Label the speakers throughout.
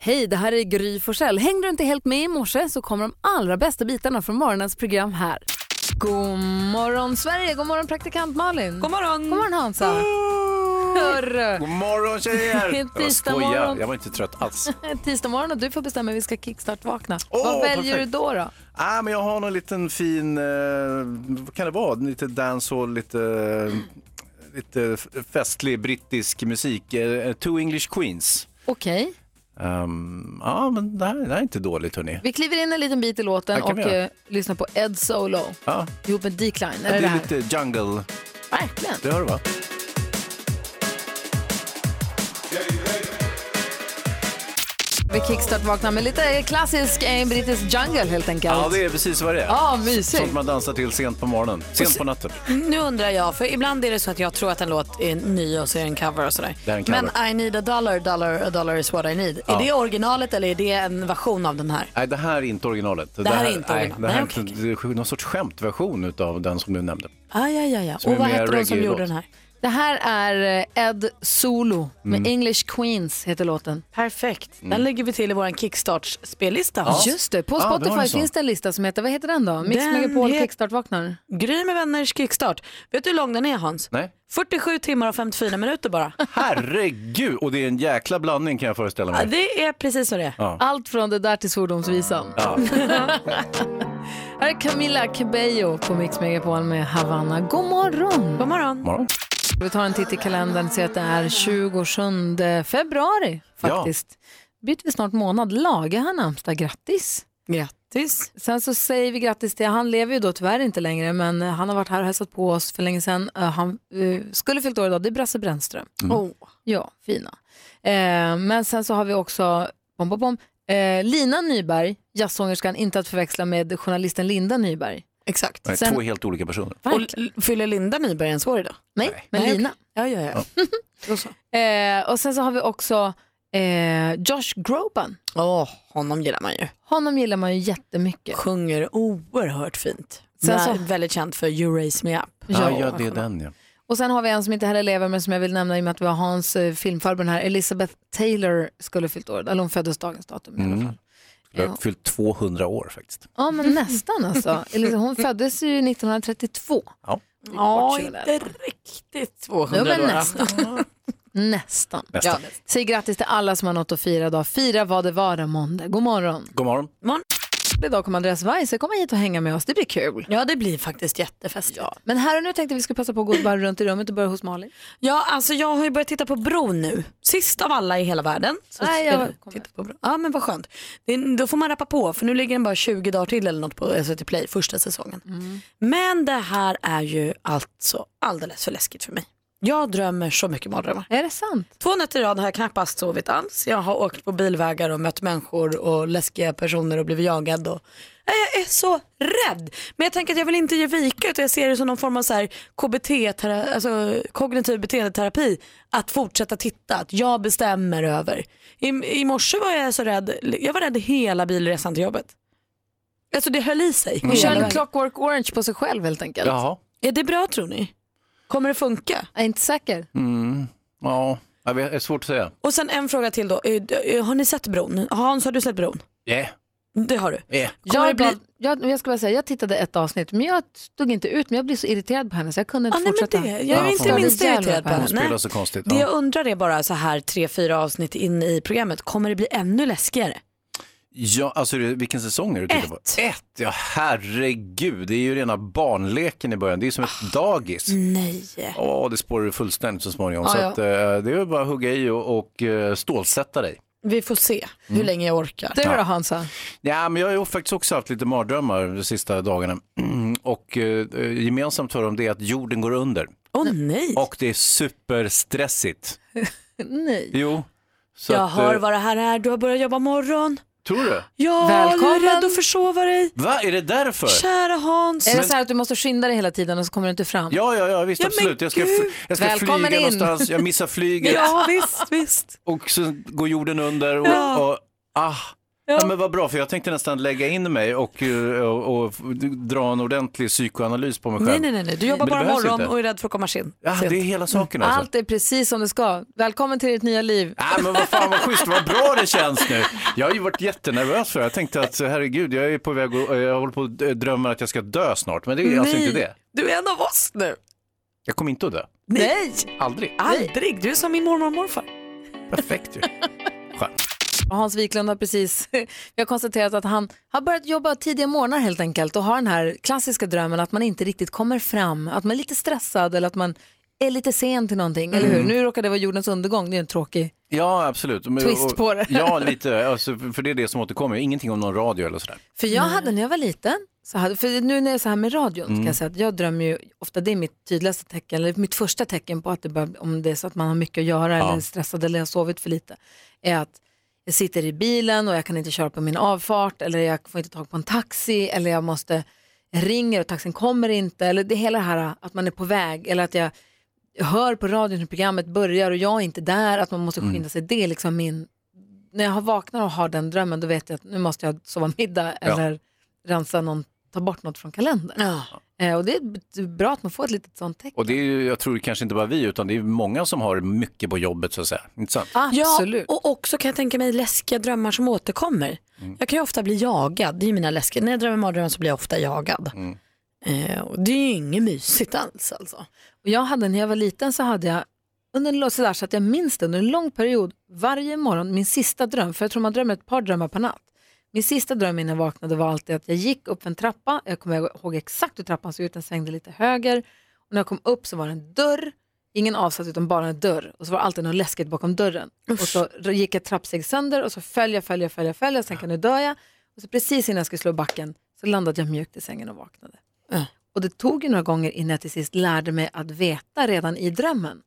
Speaker 1: Hej, det här är Gry Forssell. Hängde du inte helt med i morse så kommer de allra bästa bitarna från morgonens program här. God morgon Sverige, god morgon praktikant Malin.
Speaker 2: God morgon.
Speaker 1: God morgon Hansa. Hörru.
Speaker 3: God morgon tjejer!
Speaker 1: Det är
Speaker 3: jag
Speaker 1: tisdag
Speaker 3: skojar.
Speaker 1: morgon.
Speaker 3: jag var inte trött alls.
Speaker 1: Tisdag morgon och du får bestämma hur vi ska kickstart-vakna.
Speaker 3: Åh,
Speaker 1: Vad väljer
Speaker 3: perfekt.
Speaker 1: du då? då?
Speaker 3: Ah, men jag har någon liten fin, eh, vad kan det vara, lite dancehall, lite, eh, lite f- festlig brittisk musik. Eh, two English Queens.
Speaker 1: Okej,
Speaker 3: Ehm, Ja, men det här, det här är inte dåligt hörni.
Speaker 1: vi kliver in en liten bit i låten
Speaker 3: Ja, kan
Speaker 1: och
Speaker 3: vi göra.
Speaker 1: eh, lyssnar på Ed Solo
Speaker 3: Ja,
Speaker 1: ihop med Decline. Är
Speaker 3: det
Speaker 1: det det
Speaker 3: är
Speaker 1: här?
Speaker 3: lite jungle,
Speaker 1: Verkligen.
Speaker 3: det hör du va?
Speaker 1: Vi kickstart-vaknar med lite klassisk eh, brittisk jungle helt enkelt.
Speaker 3: Ja, det är precis vad det är.
Speaker 1: Ja,
Speaker 3: Sånt
Speaker 1: mysigt.
Speaker 3: man dansar till sent på morgonen, sent på natten.
Speaker 2: Nu undrar jag, för ibland är det så att jag tror att en låt är ny och så är det en cover och sådär.
Speaker 3: Det är en cover.
Speaker 2: Men I need a dollar, dollar, a dollar is what I need. Är det originalet eller är det en version av den här?
Speaker 3: Nej, det här är inte originalet. Det,
Speaker 2: här är inte originalet.
Speaker 3: Nej, det här är
Speaker 2: Nej,
Speaker 3: inte- det är någon sorts skämtversion av den som du nämnde.
Speaker 2: Ah, ja, ja, ja.
Speaker 3: Som
Speaker 2: Och
Speaker 3: är
Speaker 2: vad
Speaker 3: mer
Speaker 2: hette de som
Speaker 3: reggae-låt.
Speaker 2: gjorde den här?
Speaker 1: Det här är eh, Ed Solo med
Speaker 3: Mm.
Speaker 1: English Queens heter låten.
Speaker 2: Perfekt. Den lägger vi till i vår Kickstarts-spellista.
Speaker 1: Just det, på
Speaker 3: Ah, Mm. det har
Speaker 1: Spotify
Speaker 3: en sån.
Speaker 1: finns det en lista som heter, vad heter den då? Mix
Speaker 2: Den
Speaker 1: Megapol
Speaker 2: het-
Speaker 1: Kickstart vaknar.
Speaker 2: Gry med vänners kickstart. Vet du hur lång den är Hans?
Speaker 3: Nej.
Speaker 2: 47 timmar och 54 minuter bara.
Speaker 3: Herregud! Och det är en jäkla blandning kan jag föreställa
Speaker 2: Ja,
Speaker 3: mig.
Speaker 2: det är precis vad det är.
Speaker 1: Allt från det där till svordomsvisan. här är Camila Cabello på Mix Megapol med Havanna. God morgon!
Speaker 2: God morgon.
Speaker 3: Morgon.
Speaker 1: Vi tar en titt i kalendern och ser att det är 27 februari faktiskt. Byter vi snart månad. Laga har namnsdag, grattis!
Speaker 2: Grattis.
Speaker 1: Sen så säger vi grattis till, han lever ju då tyvärr inte längre, men eh, han har varit här och hälsat på oss för länge sedan. Eh, Han eh, skulle fyllt år idag, det är Brasse Brännström.
Speaker 3: Mm.
Speaker 2: Oh.
Speaker 1: Ja, fina. Eh, men sen så har vi också bom, bom, bom, eh, Lina Nyberg, jazzsångerskan, inte att förväxla med journalisten Linda Nyberg.
Speaker 2: Exakt.
Speaker 3: Nej,
Speaker 1: Sen-
Speaker 3: Två helt olika personer.
Speaker 2: Och l- fyller Linda Nyberg ens år idag?
Speaker 1: Nej, men
Speaker 2: Nej,
Speaker 1: Lina.
Speaker 2: Ja, ja, ja. Då så.
Speaker 1: Eh, och sen så har vi också eh, Josh Groban.
Speaker 2: Åh, honom gillar man ju.
Speaker 1: Honom gillar man ju jättemycket.
Speaker 2: Sjunger oerhört fint.
Speaker 1: Sen så-
Speaker 2: Vä- Väldigt känd för You Raise Me Up.
Speaker 3: Ja, ja, det är den ja.
Speaker 1: Och sen har vi en som inte heller lever men som jag vill nämna i och med att vi har Hans eh, filmfarbror här. Elizabeth Taylor skulle fyllt år, eller hon föddes dagens datum i alla fall.
Speaker 3: Mm. Jag har fyllt 200 år faktiskt.
Speaker 1: Ja men nästan alltså. Eliza- Hon föddes ju 1932.
Speaker 3: Ja.
Speaker 2: Ja, inte riktigt 200
Speaker 1: Jo, men
Speaker 2: då, då.
Speaker 1: nästan. Nästan.
Speaker 3: Nästan.
Speaker 1: Säg grattis till alla som har något att fira idag. Fira vad det vara måndag. God morgon.
Speaker 3: God morgon.
Speaker 1: Idag kommer Andreas Weise komma hit och hänga med oss. Det blir kul.
Speaker 2: Ja, det blir faktiskt jättefestligt. Ja.
Speaker 1: Men här och nu tänkte vi skulle passa på att gå ett varv runt i rummet och börja hos Malin.
Speaker 2: ja, alltså jag har ju börjat titta på bron nu. Sist av alla i hela världen. Så
Speaker 1: Nej,
Speaker 2: ska
Speaker 1: jag kommer.
Speaker 2: titta på bron. Ja, men vad skönt. Det, är- då får man rappa på, för nu ligger den bara 20 dagar till eller något på SVT Play, första säsongen.
Speaker 1: Mm.
Speaker 2: Men det här är ju alltså alldeles för läskigt för mig. Jag drömmer så mycket mardrömmar.
Speaker 1: Är det sant?
Speaker 2: Två nätter i rad har jag knappast sovit alls. Jag har åkt på bilvägar och mött människor och läskiga personer och blivit jagad. Och... Nej, Jag är så rädd. Men jag tänker att jag vill inte ge vika utan jag ser det som någon form av så här KBT, tera- alltså kognitiv beteendeterapi. Att fortsätta titta, att jag bestämmer över. I, I morse var jag så rädd, jag var rädd hela bilresan till jobbet. Alltså det höll i sig.
Speaker 1: Hon kör
Speaker 2: Hela
Speaker 1: en
Speaker 2: vägen.
Speaker 1: clockwork orange på sig själv helt enkelt.
Speaker 3: Jaha.
Speaker 2: Är det bra tror ni? Kommer det funka?
Speaker 1: Jag är inte säker.
Speaker 3: Mm. Ja, jag vet, det är svårt att säga.
Speaker 2: Och sen en fråga till då. Eh, eh, Har ni sett bron? Hans, har du sett bron?
Speaker 3: Yeah.
Speaker 2: Det har du.
Speaker 3: Yeah.
Speaker 2: Kommer det
Speaker 1: Jag,
Speaker 2: bli-
Speaker 1: bara, jag, jag ska bara säga, jag tittade ett avsnitt men jag stod inte ut men jag blev så irriterad på henne så jag kunde inte
Speaker 2: Ah, nej, men
Speaker 1: fortsätta.
Speaker 2: det,
Speaker 3: Ja,
Speaker 2: jag är inte
Speaker 3: får-
Speaker 2: det minsta
Speaker 1: Jävlar,
Speaker 2: irriterad på
Speaker 1: vad
Speaker 3: Hon
Speaker 2: henne.
Speaker 3: spelar
Speaker 2: Nej.
Speaker 3: så konstigt.
Speaker 2: Det jag
Speaker 3: Ja.
Speaker 2: undrar är bara så här tre, fyra avsnitt in i programmet, kommer det bli ännu läskigare?
Speaker 3: Ja, alltså, är det- vilken säsong är det du tittar på?
Speaker 2: Ett.
Speaker 3: Ett! Ja, herregud. Det är ju rena barnleken i början. Det är som ett
Speaker 2: Ah.
Speaker 3: dagis.
Speaker 2: Nej.
Speaker 3: Ja, det spårar ju fullständigt så småningom.
Speaker 1: Ja,
Speaker 3: så
Speaker 1: ja.
Speaker 3: Att, eh, det är ju bara att hugga i och, och eh, stålsätta dig.
Speaker 2: Vi får se
Speaker 3: Mm.
Speaker 2: hur länge jag orkar.
Speaker 1: Du då Hansa?
Speaker 3: Ja, men jag har ju faktiskt också haft lite mardrömmar de sista dagarna. Och eh, gemensamt för dem det är att jorden går under.
Speaker 2: Åh nej,
Speaker 3: Och det är superstressigt.
Speaker 1: Nej.
Speaker 3: Jo. Så
Speaker 2: jag
Speaker 3: att,
Speaker 2: hör
Speaker 3: eh,
Speaker 2: vad det här är, du har börjat jobba morgon.
Speaker 3: Tror du?
Speaker 2: Ja,
Speaker 1: Välkommen.
Speaker 2: du är rädd att försova dig.
Speaker 3: Va, är det därför?
Speaker 2: Kära Hans.
Speaker 1: Är det så här att du måste skynda dig hela tiden och så kommer du inte fram?
Speaker 3: Ja, ja, ja, visst
Speaker 2: Ja, men
Speaker 3: absolut. Jag ska, fl-
Speaker 2: gud.
Speaker 3: jag ska flyga
Speaker 1: Välkommen in.
Speaker 3: någonstans, jag missar flyget
Speaker 2: Ja, visst, visst.
Speaker 3: och så går jorden under och,
Speaker 2: Ja.
Speaker 3: och ah, Ja, men vad bra, för jag tänkte nästan lägga in mig och, eh, och, och dra en ordentlig psykoanalys på mig själv.
Speaker 2: Nej, nej, nej, nej. du jobbar
Speaker 3: Men det
Speaker 2: bara
Speaker 3: behövs
Speaker 2: morgon
Speaker 3: inte.
Speaker 2: och är rädd för att komma sen.
Speaker 3: Ja,
Speaker 2: sent.
Speaker 3: det Ah! är hela saken alltså.
Speaker 1: Allt är precis som det ska. Välkommen till ditt nya liv.
Speaker 3: Nej men vad fan vad schysst, vad bra det känns nu. Jag har ju varit jättenervös för det. Jag tänkte att herregud, jag är på väg och jag håller på att drömma att jag ska dö snart. Men det är alltså
Speaker 2: Nej,
Speaker 3: inte det.
Speaker 2: Du är en av oss nu.
Speaker 3: Jag kommer inte att dö.
Speaker 1: Nej!
Speaker 3: Aldrig.
Speaker 2: Aldrig. Du är som min mormor och morfar.
Speaker 3: Perfekt ju. Skönt.
Speaker 1: Och Hans Wiklund har precis, vi har konstaterat att han har börjat jobba tidiga morgnar helt enkelt och har den här klassiska drömmen att man inte riktigt kommer fram, att man är lite stressad eller att man är lite sen till någonting, eller
Speaker 3: Mm.
Speaker 1: hur? Nu råkar det vara jordens undergång, det är en tråkig.
Speaker 3: Ja, absolut. Men-
Speaker 1: Twist
Speaker 3: och-
Speaker 1: på det.
Speaker 3: Ja, lite. Alltså, för det är det som återkommer. Ingenting om någon radio eller sådär.
Speaker 1: För jag hade när jag var liten, så hade, för nu när jag är så här med radion, ska jag säga att jag drömmer ju ofta, det är mitt tydligaste tecken, eller mitt första tecken på att det bör, om det är så att man har mycket att göra eller är stressad eller har sovit för lite, är att jag sitter i bilen och jag kan inte köra på min avfart eller jag får inte tag på en taxi eller jag måste jag ringer och taxin kommer inte eller det är hela det här att man är på väg eller att jag hör på radion hur programmet börjar och jag är inte där, att man måste skynda sig. Det är liksom min när jag har vaknat och har den drömmen då vet jag att nu måste jag sova middag eller rensa någon, ta bort något från kalendern.
Speaker 2: Ja.
Speaker 1: Eh, och det är b- bra att man får ett litet sånt tecken.
Speaker 3: Och det är ju, jag tror kanske inte bara vi, utan det är många som har mycket på jobbet så att säga. Inte sant?
Speaker 1: Absolut.
Speaker 2: och också kan jag tänka mig läskiga drömmar som återkommer.
Speaker 3: Mm.
Speaker 2: Jag kan ju ofta bli jagad. Det är ju mina läskiga. När jag drömmer mardrömmar så blir jag ofta jagad.
Speaker 3: Mm.
Speaker 2: Eh, och det är ju inget mysigt alls alltså.
Speaker 1: Och jag hade, när jag var liten så hade jag, under en, lång- sådär, så att jag minns det, under en lång period, varje morgon, min sista dröm, för jag tror man drömmer ett par drömmar per natt. Min sista dröm innan jag vaknade var alltid att jag gick upp för en trappa, jag kommer ihåg exakt hur trappan såg ut, den svängde lite höger. Och när jag kom upp så var det en dörr, ingen avsats utan bara en dörr. Och så var det alltid något läskigt bakom dörren. Och så gick jag ett trappsteg sönder och så föll jag, föll jag, föll jag, föll jag, sen kan nu dör jag. Och så precis innan jag skulle slå backen så landade jag mjukt i sängen och vaknade.
Speaker 2: Äh.
Speaker 1: Och det tog ju några gånger innan jag till sist lärde mig att veta redan i drömmen.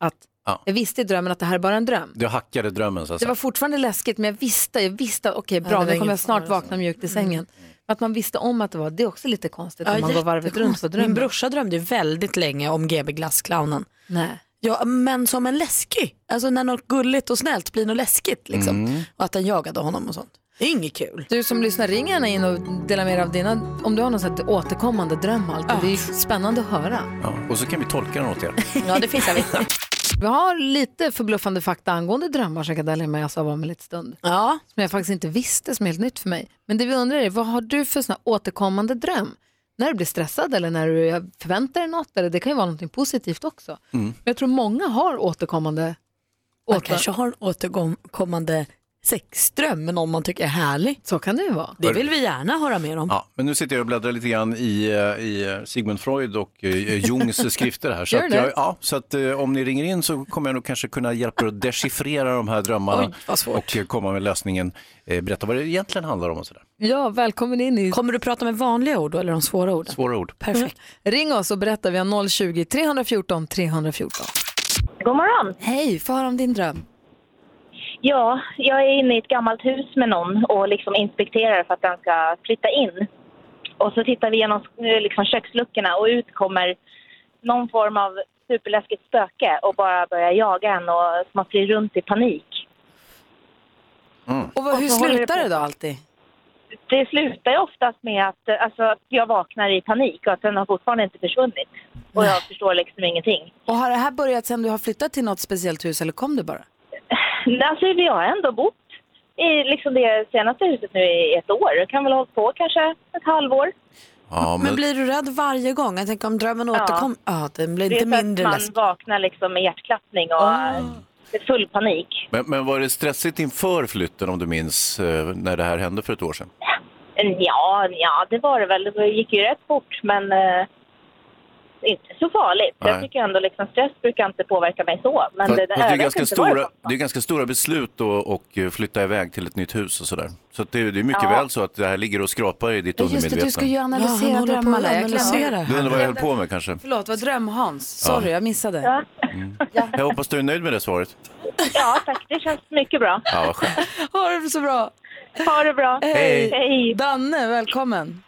Speaker 1: Att
Speaker 3: Ja.
Speaker 1: Jag visste i drömmen att det här är bara en dröm.
Speaker 3: Du hackade drömmen så att
Speaker 1: Det
Speaker 3: säga.
Speaker 1: var fortfarande läskigt men jag visste, jag visste att okej
Speaker 2: det
Speaker 1: bra
Speaker 2: var
Speaker 1: nu
Speaker 2: ingen
Speaker 1: kommer jag snart
Speaker 2: fara, Mm.
Speaker 1: vakna mjukt i sängen.
Speaker 3: Mm.
Speaker 1: Att man visste om att det var, det är också lite konstigt om man går varvet runt på drömmen.
Speaker 2: Min brorsa drömde ju väldigt länge om GB Glassclownen.
Speaker 1: Nej.
Speaker 2: Ja, men som en läskig. Alltså när något gulligt och snällt blir något läskigt
Speaker 3: Mm.
Speaker 2: liksom. Och att den jagade honom och sånt. Det är inget kul.
Speaker 1: Du som lyssnar, ring gärna in och dela med dig av dina, om du har någon sån här återkommande dröm alltid. Det är ju spännande att höra.
Speaker 3: Ja. Och så kan vi tolka den åt er.
Speaker 2: Ja, det finns jag vet.
Speaker 1: Vi har lite förbluffande fakta angående drömmar som jag kan dela med oss av om en liten stund.
Speaker 2: Ja.
Speaker 1: som jag faktiskt inte visste som är helt nytt för mig. Men det vi undrar är, vad har du för sån här återkommande dröm? När du blir stressad eller när du förväntar dig något, eller det kan ju vara något positivt också.
Speaker 3: Mm.
Speaker 1: Men jag tror många har återkommande
Speaker 2: Man
Speaker 1: åter...
Speaker 2: kanske har en återkommande sexdröm med någon man tycker är härlig.
Speaker 1: Så kan det ju vara.
Speaker 2: Det vill vi gärna höra mer om.
Speaker 3: Ja, men nu sitter jag och bläddrar lite grann i, eh, i eh, Sigmund Freud och eh, Jungs skrifter här. Så
Speaker 1: Gör
Speaker 3: att,
Speaker 1: det?
Speaker 3: jag, ja, så att eh, om ni ringer in så kommer jag nog kanske kunna hjälpa er att dechiffrera de här drömmarna
Speaker 2: Oj, vad svårt.
Speaker 3: och eh, komma med lösningen. Eh, Berätta vad det egentligen handlar om och sådär.
Speaker 1: Ja, välkommen in i...
Speaker 2: Kommer du prata med vanliga ord då, eller de svåra orden?
Speaker 3: Svåra ord.
Speaker 2: Perfekt.
Speaker 1: Mm. Ring oss och berätta, vi har 020 314 314.
Speaker 4: God morgon!
Speaker 1: Hej, få höra om din dröm.
Speaker 4: Ja, jag är inne i ett gammalt hus med någon och liksom inspekterar för att den ska flytta in. Och så tittar vi genom eh, liksom, köksluckorna och ut kommer någon form av superläskigt spöke och bara börjar jaga en och man flyr runt i panik.
Speaker 1: Och vad, hur
Speaker 4: så håller det
Speaker 1: slutar
Speaker 4: på.
Speaker 1: det då alltid?
Speaker 4: Det slutar ju oftast med att, eh, alltså, att jag vaknar i panik och att den har fortfarande inte försvunnit. Och jag förstår liksom ingenting.
Speaker 1: Och har det här börjat sen du har flyttat till något speciellt hus eller kom det bara?
Speaker 4: Nej, Alltså, vi har ändå bott i liksom det senaste huset nu i ett år. Jag kan väl ha hållit på kanske ett halvår.
Speaker 3: Ja,
Speaker 2: Men blir du rädd varje gång? Jag tänker om drömmen
Speaker 4: Ja.
Speaker 2: återkommer. Ja, den blir
Speaker 4: Det är
Speaker 2: inte
Speaker 4: så att
Speaker 2: mindre
Speaker 4: man
Speaker 2: läskig.
Speaker 4: vaknar liksom med hjärtklappning och
Speaker 2: Ah.
Speaker 4: eh, full panik.
Speaker 3: men, men var det stressigt inför flytten om du minns eh, när det här hände för ett år sedan?
Speaker 4: Ja, ja, Eh, det var det väl. Det gick ju rätt fort, men eh, inte så farligt.
Speaker 3: Nej.
Speaker 4: Jag tycker ändå liksom stress brukar inte påverka mig så. Men
Speaker 3: Fast-
Speaker 4: Alltså, det, det,
Speaker 3: fast det, är
Speaker 4: överraskar
Speaker 3: ganska
Speaker 4: inte vad
Speaker 3: stora,
Speaker 4: kostar.
Speaker 3: det är ganska stora beslut då och eh, flytta iväg till ett nytt hus och sådär. Så att det, det är mycket
Speaker 4: Ja.
Speaker 3: väl så att det här ligger och skrapar i ditt
Speaker 1: Just det,
Speaker 3: undermedvetna.
Speaker 1: du ska ju
Speaker 2: Ja, han
Speaker 1: analysera
Speaker 2: håller på och
Speaker 1: drömmarna. Jag glömde.
Speaker 2: analyserar.
Speaker 3: Det
Speaker 2: här.
Speaker 3: undrar vad jag höll på med kanske.
Speaker 1: Förlåt, vad dröm-Hans. Sorry, jag missade.
Speaker 3: Jag hoppas du är nöjd med det svaret.
Speaker 4: Ja, tack. Det känns mycket bra.
Speaker 3: Ja, vad skönt.
Speaker 1: Ha det så bra.
Speaker 4: Ha det bra.
Speaker 3: Hej.
Speaker 4: Hej.
Speaker 1: Danne, välkommen.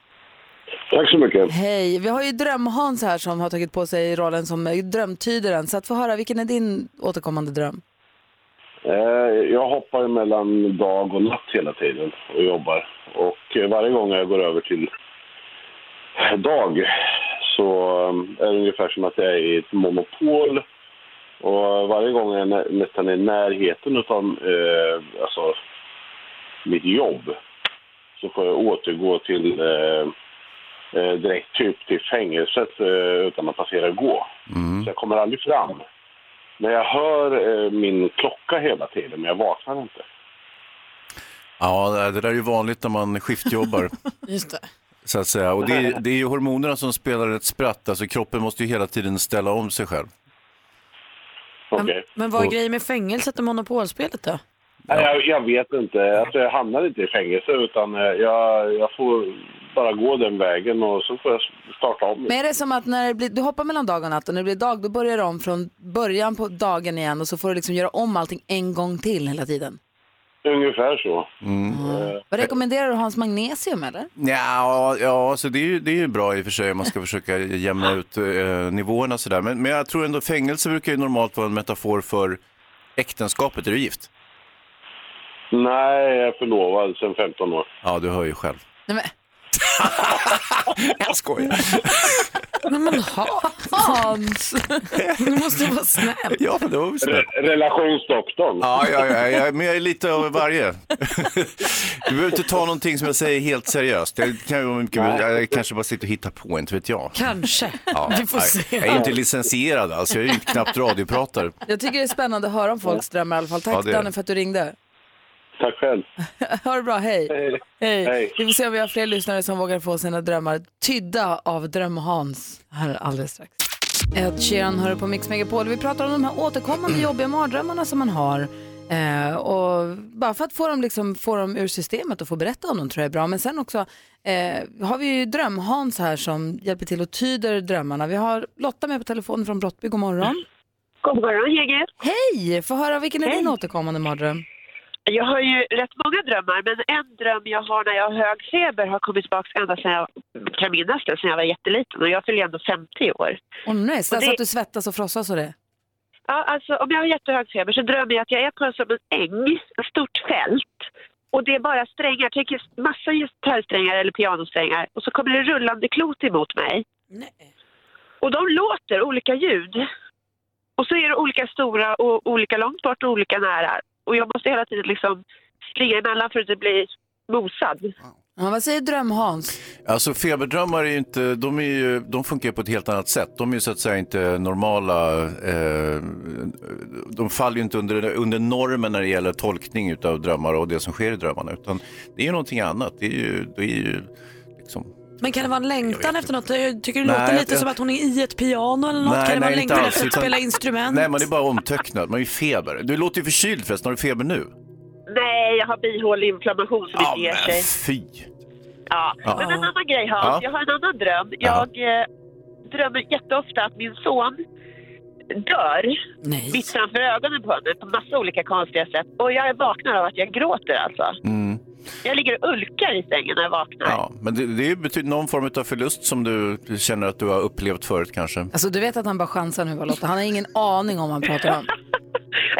Speaker 5: Tack så mycket.
Speaker 1: Hej, vi har ju Dröm-Hans här som har tagit på sig rollen som eh, drömtydaren. Så att få höra, vilken är din återkommande dröm?
Speaker 5: Eh, Jag hoppar mellan dag och natt hela tiden och jobbar. Och eh, varje gång jag går över till dag så eh, är det ungefär som att jag är i ett monopol. Och varje gång jag nä- nästan är i närheten av eh, alltså, mitt jobb så får jag återgå till eh, eh, direkt typ till fängelset eh, utan att passera gå. Så jag kommer aldrig fram. Men jag hör eh, min klocka hela tiden, men jag vaknar inte.
Speaker 3: Ja, det där är ju vanligt när man skiftjobbar.
Speaker 2: Just det.
Speaker 3: Så att säga. Och det är, det är ju hormonerna som spelar ett spratt, alltså kroppen måste ju hela tiden ställa om sig själv.
Speaker 5: Okej.
Speaker 2: Men, men vad är
Speaker 3: Och-
Speaker 2: grejen med fängelset och monopolspelet då?
Speaker 5: Nej, jag, jag vet inte. Alltså, jag hamnar inte i fängelse, utan eh, jag, jag får bara gå den vägen och så får jag s- starta om.
Speaker 1: Men är det som att när det blir, du hoppar mellan dag och natt och när det blir dag då börjar du om från början på dagen igen och så får du liksom göra om allting en gång till hela tiden?
Speaker 5: Ungefär så.
Speaker 3: Mm.
Speaker 1: Vad rekommenderar du Hans Magnesium eller?
Speaker 3: Ja, ja så det, är ju, det är ju bra i och för sig om man ska försöka jämna ut eh, nivåerna sådär. Men, men jag tror ändå fängelse brukar ju normalt vara en metafor för äktenskapet. Är du gift?
Speaker 5: Nej, jag är förlovad sedan 15 år.
Speaker 3: Ja, du hör ju själv.
Speaker 1: Nej, men,
Speaker 3: Jag skojar.
Speaker 2: Men man har,
Speaker 1: Hans!
Speaker 2: du måste vara snäll.
Speaker 3: Ja, men det var väl snällt.
Speaker 5: Re- Relationsdoktorn.
Speaker 3: Ja, ja, ja, ja, men jag är lite av varje. Du behöver inte ta någonting som jag säger helt seriöst. Jag, kan, ju vara mycket, jag kanske bara sitter och hittar på, inte vet jag.
Speaker 2: Kanske.
Speaker 3: Ja,
Speaker 2: Vi får
Speaker 3: nej.
Speaker 2: se.
Speaker 3: Jag är ju inte licensierad alls, jag är ju knappt radiopratare.
Speaker 1: Jag tycker det är spännande att höra om folks drömmar i alla fall. Tack
Speaker 3: Ja, det är det.
Speaker 1: Danne för att du ringde.
Speaker 5: Tack själv.
Speaker 1: Ha det bra, hej.
Speaker 5: Hej.
Speaker 1: Hej.
Speaker 5: Hej.
Speaker 1: Vi får se om vi har fler lyssnare som vågar få sina drömmar tydda av Dröm-Hans här alldeles strax. Ed Sheeran hör på Mix Megapol. Vi pratar om de här återkommande jobbiga mardrömmarna som man har. Eh, och bara för att få dem, liksom, få dem ur systemet och få berätta om dem tror jag är bra. Men sen också eh, har vi ju Dröm-Hans här som hjälper till och tyder drömmarna. Vi har Lotta med på telefon från Brottby. God morgon.
Speaker 6: God morgon, Jegge.
Speaker 1: Hej! Få höra, vilken är din återkommande mardröm?
Speaker 6: Jag har ju rätt många drömmar, men en dröm jag har när jag har hög feber har kommit tillbaka ända sedan jag kan minnas det, sedan jag var jätteliten. Och jag fyller ju ändå 50 år.
Speaker 1: Åh nej, så
Speaker 6: Och det-
Speaker 1: att du svettas och frossas och det?
Speaker 6: Ja, alltså, om jag har jättehög feber så drömmer jag att jag är på en, som en äng, ett stort fält. Och det är bara strängar, tänk er massa gitarrsträngar eller pianosträngar. Och så kommer det rullande klot emot mig.
Speaker 2: Nej.
Speaker 6: Och de låter olika ljud. Och så är det olika stora och olika långt bort och olika nära. Och jag måste hela tiden liksom springa emellan för att inte bli mosad.
Speaker 1: Ja, vad säger Dröm-Hans?
Speaker 3: Alltså feberdrömmar är ju inte, de, är ju, de funkar ju på ett helt annat sätt. De är ju så att säga inte normala, eh, de faller ju inte under, under normen när det gäller tolkning utav drömmar och det som sker i drömmarna. Utan det är ju någonting annat. Det är ju, det är ju liksom...
Speaker 2: Men kan det vara en längtan efter något? Jag tycker det
Speaker 3: Nej,
Speaker 2: låter
Speaker 3: jag-
Speaker 2: lite
Speaker 3: jag-
Speaker 2: som att hon är i ett piano eller något. kan det vara en
Speaker 3: inte
Speaker 2: längtan
Speaker 3: alls,
Speaker 2: efter att
Speaker 3: utan-
Speaker 2: spela instrument?
Speaker 3: Nej, man är bara omtöcknad. Man är ju feber. Du låter ju förkyld förresten. Har du feber nu?
Speaker 6: Nej, jag har bihåleinflammation som inte ger sig.
Speaker 3: fy!
Speaker 6: Ja.
Speaker 3: Ja.
Speaker 6: Men en annan grej Hans,
Speaker 3: Ja.
Speaker 6: jag har en annan dröm.
Speaker 3: Jaha.
Speaker 6: Jag eh, drömmer jätteofta att min son dör
Speaker 2: Nej.
Speaker 6: mitt framför ögonen på honom på massa olika konstiga sätt. Och jag vaknar av att jag gråter alltså.
Speaker 3: Mm.
Speaker 6: Jag ligger och ulkar i sängen när jag vaknar.
Speaker 3: Ja, men det, det betyder någon form av förlust som du känner att du har upplevt förut kanske.
Speaker 1: Alltså du vet att han bara chansar nu va Lotta? Han har ingen aning om vad han pratar om.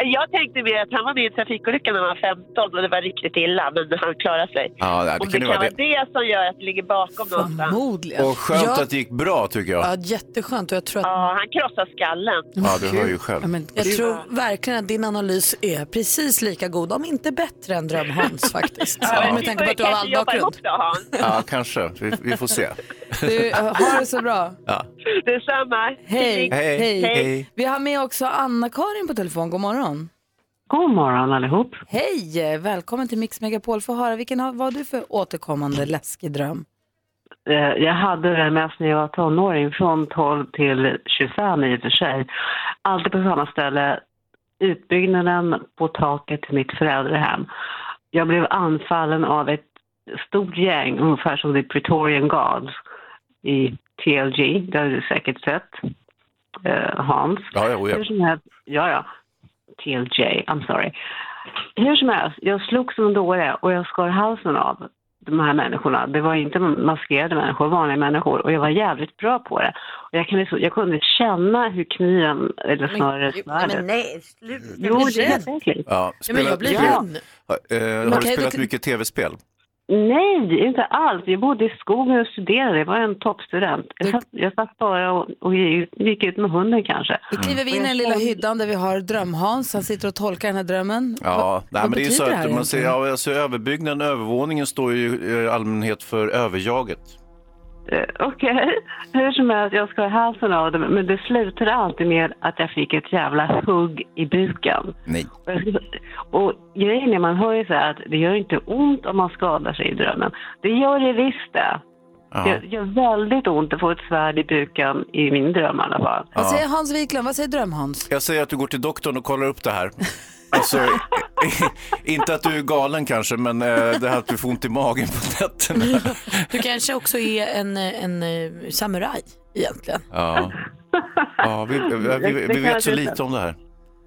Speaker 6: Jag tänkte mer att han var med i en trafikolycka när han var 15 och det var riktigt illa, men han klarade sig.
Speaker 3: Ja, nej, det
Speaker 6: Om det
Speaker 3: kan ju
Speaker 6: kan
Speaker 3: vara
Speaker 6: vara
Speaker 3: det.
Speaker 6: det som gör att det ligger bakom någonstans.
Speaker 1: Förmodligen.
Speaker 3: Och skönt
Speaker 2: Ja.
Speaker 3: att det gick bra tycker jag.
Speaker 2: Ja, jätteskönt och jag tror att
Speaker 6: Ja, han krossar skallen.
Speaker 3: Ja, du hör ju själv.
Speaker 1: Ja, men,
Speaker 2: Jag tror verkligen att din analys är precis lika god, om inte bättre än Dröm-Hans faktiskt.
Speaker 6: Ja,
Speaker 2: Med tanke på att du har all bakgrund.
Speaker 6: Då, Hans.
Speaker 3: Ja, kanske. Vi, vi får se.
Speaker 1: du, ha det så bra.
Speaker 6: Detsamma.
Speaker 1: Hej.
Speaker 3: Hej. Hej.
Speaker 1: Vi har med också Anna-Karin på telefon. God morgon.
Speaker 7: God morgon allihop.
Speaker 1: Hej, välkommen till Mix Megapol. Få höra, vilken har- vad har du för återkommande läskig dröm?
Speaker 7: Eh, Jag hade det mest när jag var tonåring, från 12 till 25 i och för sig. Alltid på samma ställe, utbyggnaden på taket till mitt föräldrahem. Jag blev anfallen av ett stort gäng, ungefär som The Pretorian Guards i TLG, det har du säkert sett, eh, Hans.
Speaker 3: Ja, ja, ja.
Speaker 7: Hur som helst, ja, ja. TLJ, I'm sorry. Hur som helst, jag slog som en dåre och jag skar halsen av de här människorna. Det var inte maskerade människor, vanliga människor och jag var jävligt bra på det. Och jag, kan, liksom- jag kunde känna hur kniven, eller snarare svärdet...
Speaker 8: nej, sluta.
Speaker 7: Jo, det är helt enkelt.
Speaker 3: Ja, spelat,
Speaker 2: jag blir
Speaker 3: spel-
Speaker 2: rädd.
Speaker 3: Ha- eh, har
Speaker 1: kan
Speaker 3: du
Speaker 1: jag-
Speaker 3: spelat
Speaker 1: då-
Speaker 3: mycket tv-spel?
Speaker 7: Nej, inte alls. Jag bodde i skogen och studerade. Jag var en toppstudent. Jag
Speaker 1: Du-
Speaker 7: satt, jag satt bara och, och gick ut med hunden kanske.
Speaker 1: Då
Speaker 3: Mm.
Speaker 1: kliver vi in i den lilla hyddan där vi har drömhans. Han sitter och tolkar den här drömmen.
Speaker 3: Ja, nej, men det är ju så
Speaker 1: betyder det här
Speaker 3: att man ser,
Speaker 1: egentligen?
Speaker 3: ja, alltså, överbyggnaden, övervåningen står ju i allmänhet för överjaget.
Speaker 7: Eh, Okej, hur som helst, jag ska ha halsen av dem. Men det slutade alltid med att jag fick ett jävla hugg i buken.
Speaker 3: Nej.
Speaker 7: Och jag skulle- Och grejen är, man hör ju så här att det gör inte ont om man skadar sig i drömmen. Det gör det visst det.
Speaker 3: Ja.
Speaker 7: Det gör väldigt ont att få ett svärd i buken i min dröm i alla fall.
Speaker 1: Vad säger Hans Wiklund? Vad säger drömhans?
Speaker 3: Jag säger att du går till doktorn och kollar upp det här. Alltså, inte att du är galen kanske, men eh, det här att du får ont i magen på nätterna.
Speaker 2: Du kanske också är en, eh, en eh, samuraj egentligen.
Speaker 3: Ja, ja vi, vi, vi, vi vet så lite om det här.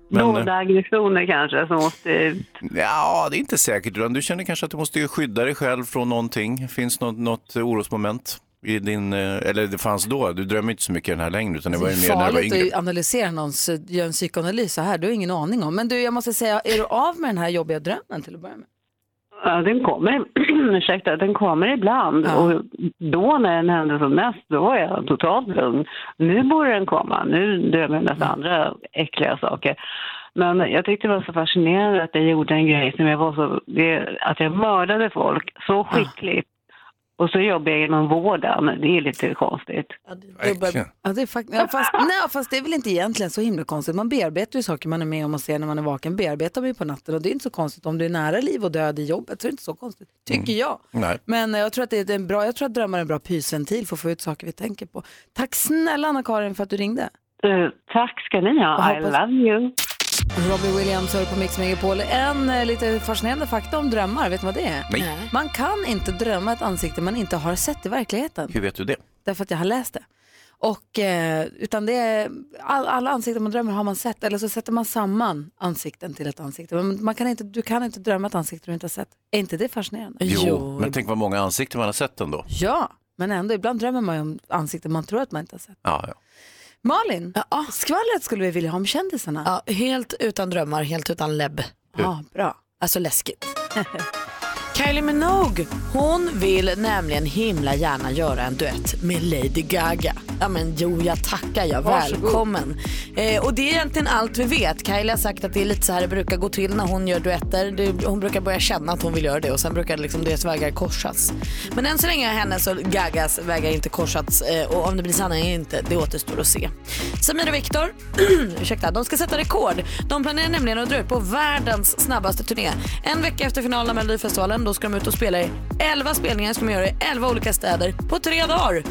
Speaker 3: Men, eh,
Speaker 7: Dolda aggressioner kanske som måste ut.
Speaker 3: ja, det är inte säkert. utan Du känner kanske att du måste ju skydda dig själv från någonting. Finns något, något orosmoment? I din, eh, eller det fanns då, du drömmer inte så mycket i den här längre utan det var ju mer när du var
Speaker 1: farligt
Speaker 3: yngre.
Speaker 1: att analysera någons, göra en psykoanalys så här, du har ingen aning om. Men du, jag måste säga, är du av med den här jobbiga drömmen till att börja med?
Speaker 7: Ja, den kommer, ursäkta, den kommer ibland.
Speaker 1: Ja.
Speaker 7: Och då när den hände som mest, då var jag totalt lugn. Nu borde den komma. Nu drömmer jag nästan andra äckliga saker. Men jag tyckte det var så fascinerande att jag gjorde en grej som jag var så, det, att jag mördade folk så skickligt. Och så jobbar jag inom vården. Det är lite konstigt.
Speaker 3: Verkligen.
Speaker 1: Ja, det är fakt- ja, fast, nej, fast det är väl inte egentligen så himla konstigt. Man bearbetar ju saker man är med om och ser när man är vaken. Bearbetar man ju på natten och det är inte så konstigt. Om du är nära liv och död i jobbet så är det inte så konstigt, tycker jag.
Speaker 3: Nej.
Speaker 1: Men eh, jag tror, att det är en bra, jag tror att drömmar är en bra pysventil för att få ut saker vi tänker på. Tack snälla Anna-Karin för att du ringde.
Speaker 7: Eh, tack ska ni ha. I
Speaker 1: hoppas-
Speaker 7: love you.
Speaker 1: Robbie Williams hör på Mix Megapol. En eh, lite fascinerande fakta om drömmar, vet du vad det är?
Speaker 3: Nej.
Speaker 1: Man kan inte drömma ett ansikte man inte har sett i verkligheten.
Speaker 3: Hur vet du det?
Speaker 1: därför att jag har läst det. Och, eh, utan det är, all, alla ansikten man drömmer har man sett, eller så sätter man samman ansikten till ett ansikte. Men man kan inte, du kan inte drömma ett ansikte du inte har sett. Är inte det fascinerande?
Speaker 3: men tänk vad många ansikten man har sett ändå.
Speaker 1: Ja, men ändå, ibland drömmer man ju om ansikten man tror att man inte har sett.
Speaker 3: Ja, ja.
Speaker 1: Malin,
Speaker 2: Ja.
Speaker 1: skvallret skulle vi vilja ha om kändisarna.
Speaker 2: Ja, helt utan drömmar, helt utan lebb.
Speaker 1: Ja, bra.
Speaker 2: Alltså läskigt. Kylie Minogue, hon vill nämligen himla gärna göra en duett med Lady Gaga. Ja men jo, jag tackar jag. Välkommen. Eh, och det är egentligen allt vi vet. Kylie har sagt att det är lite så här det brukar gå till när hon gör duetter. Det, hon brukar börja känna att hon vill göra det och sen brukar liksom deras vägar korsas. Men än så länge har hennes och Gagas vägar inte korsats eh, och om det blir sanning eller inte, det återstår att se. Samir och Viktor, ursäkta, de ska sätta rekord. De planerar nämligen att dra ut på världens snabbaste turné. En vecka efter finalen av Melodifestivalen, då ska de ut och spela i 11 spelningar ska de göra i 11 olika städer på tre dagar.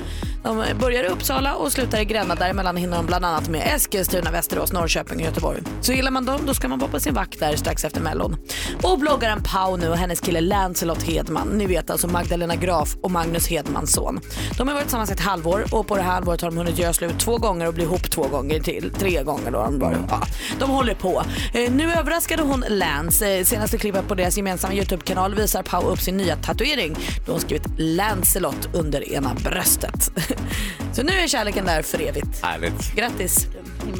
Speaker 2: De börjar i Uppsala och slutar i Gränna. Däremellan hinner de bland annat med Eskilstuna, Västerås, Norrköping och Göteborg. Så gillar man dem, då ska man vara på sin vakt där strax efter Mellon. Och bloggaren Pau nu och hennes kille Lancelot Hedman, ni vet alltså Magdalena Graf och Magnus Hedmans son. De har varit tillsammans i ett halvår och på det här halvåret har de hunnit göra slut två gånger och bli ihop två gånger till. Tre gånger då. har De, bara,
Speaker 3: Mm.
Speaker 2: ja, de håller på. Eh, nu överraskade hon Lance. Eh, senaste klippet på deras gemensamma Youtube-kanal visar Pau upp sin nya tatuering då hon skrivit Lancelot under ena bröstet. Så nu är kärleken där för evigt.
Speaker 3: Härligt.
Speaker 2: Grattis!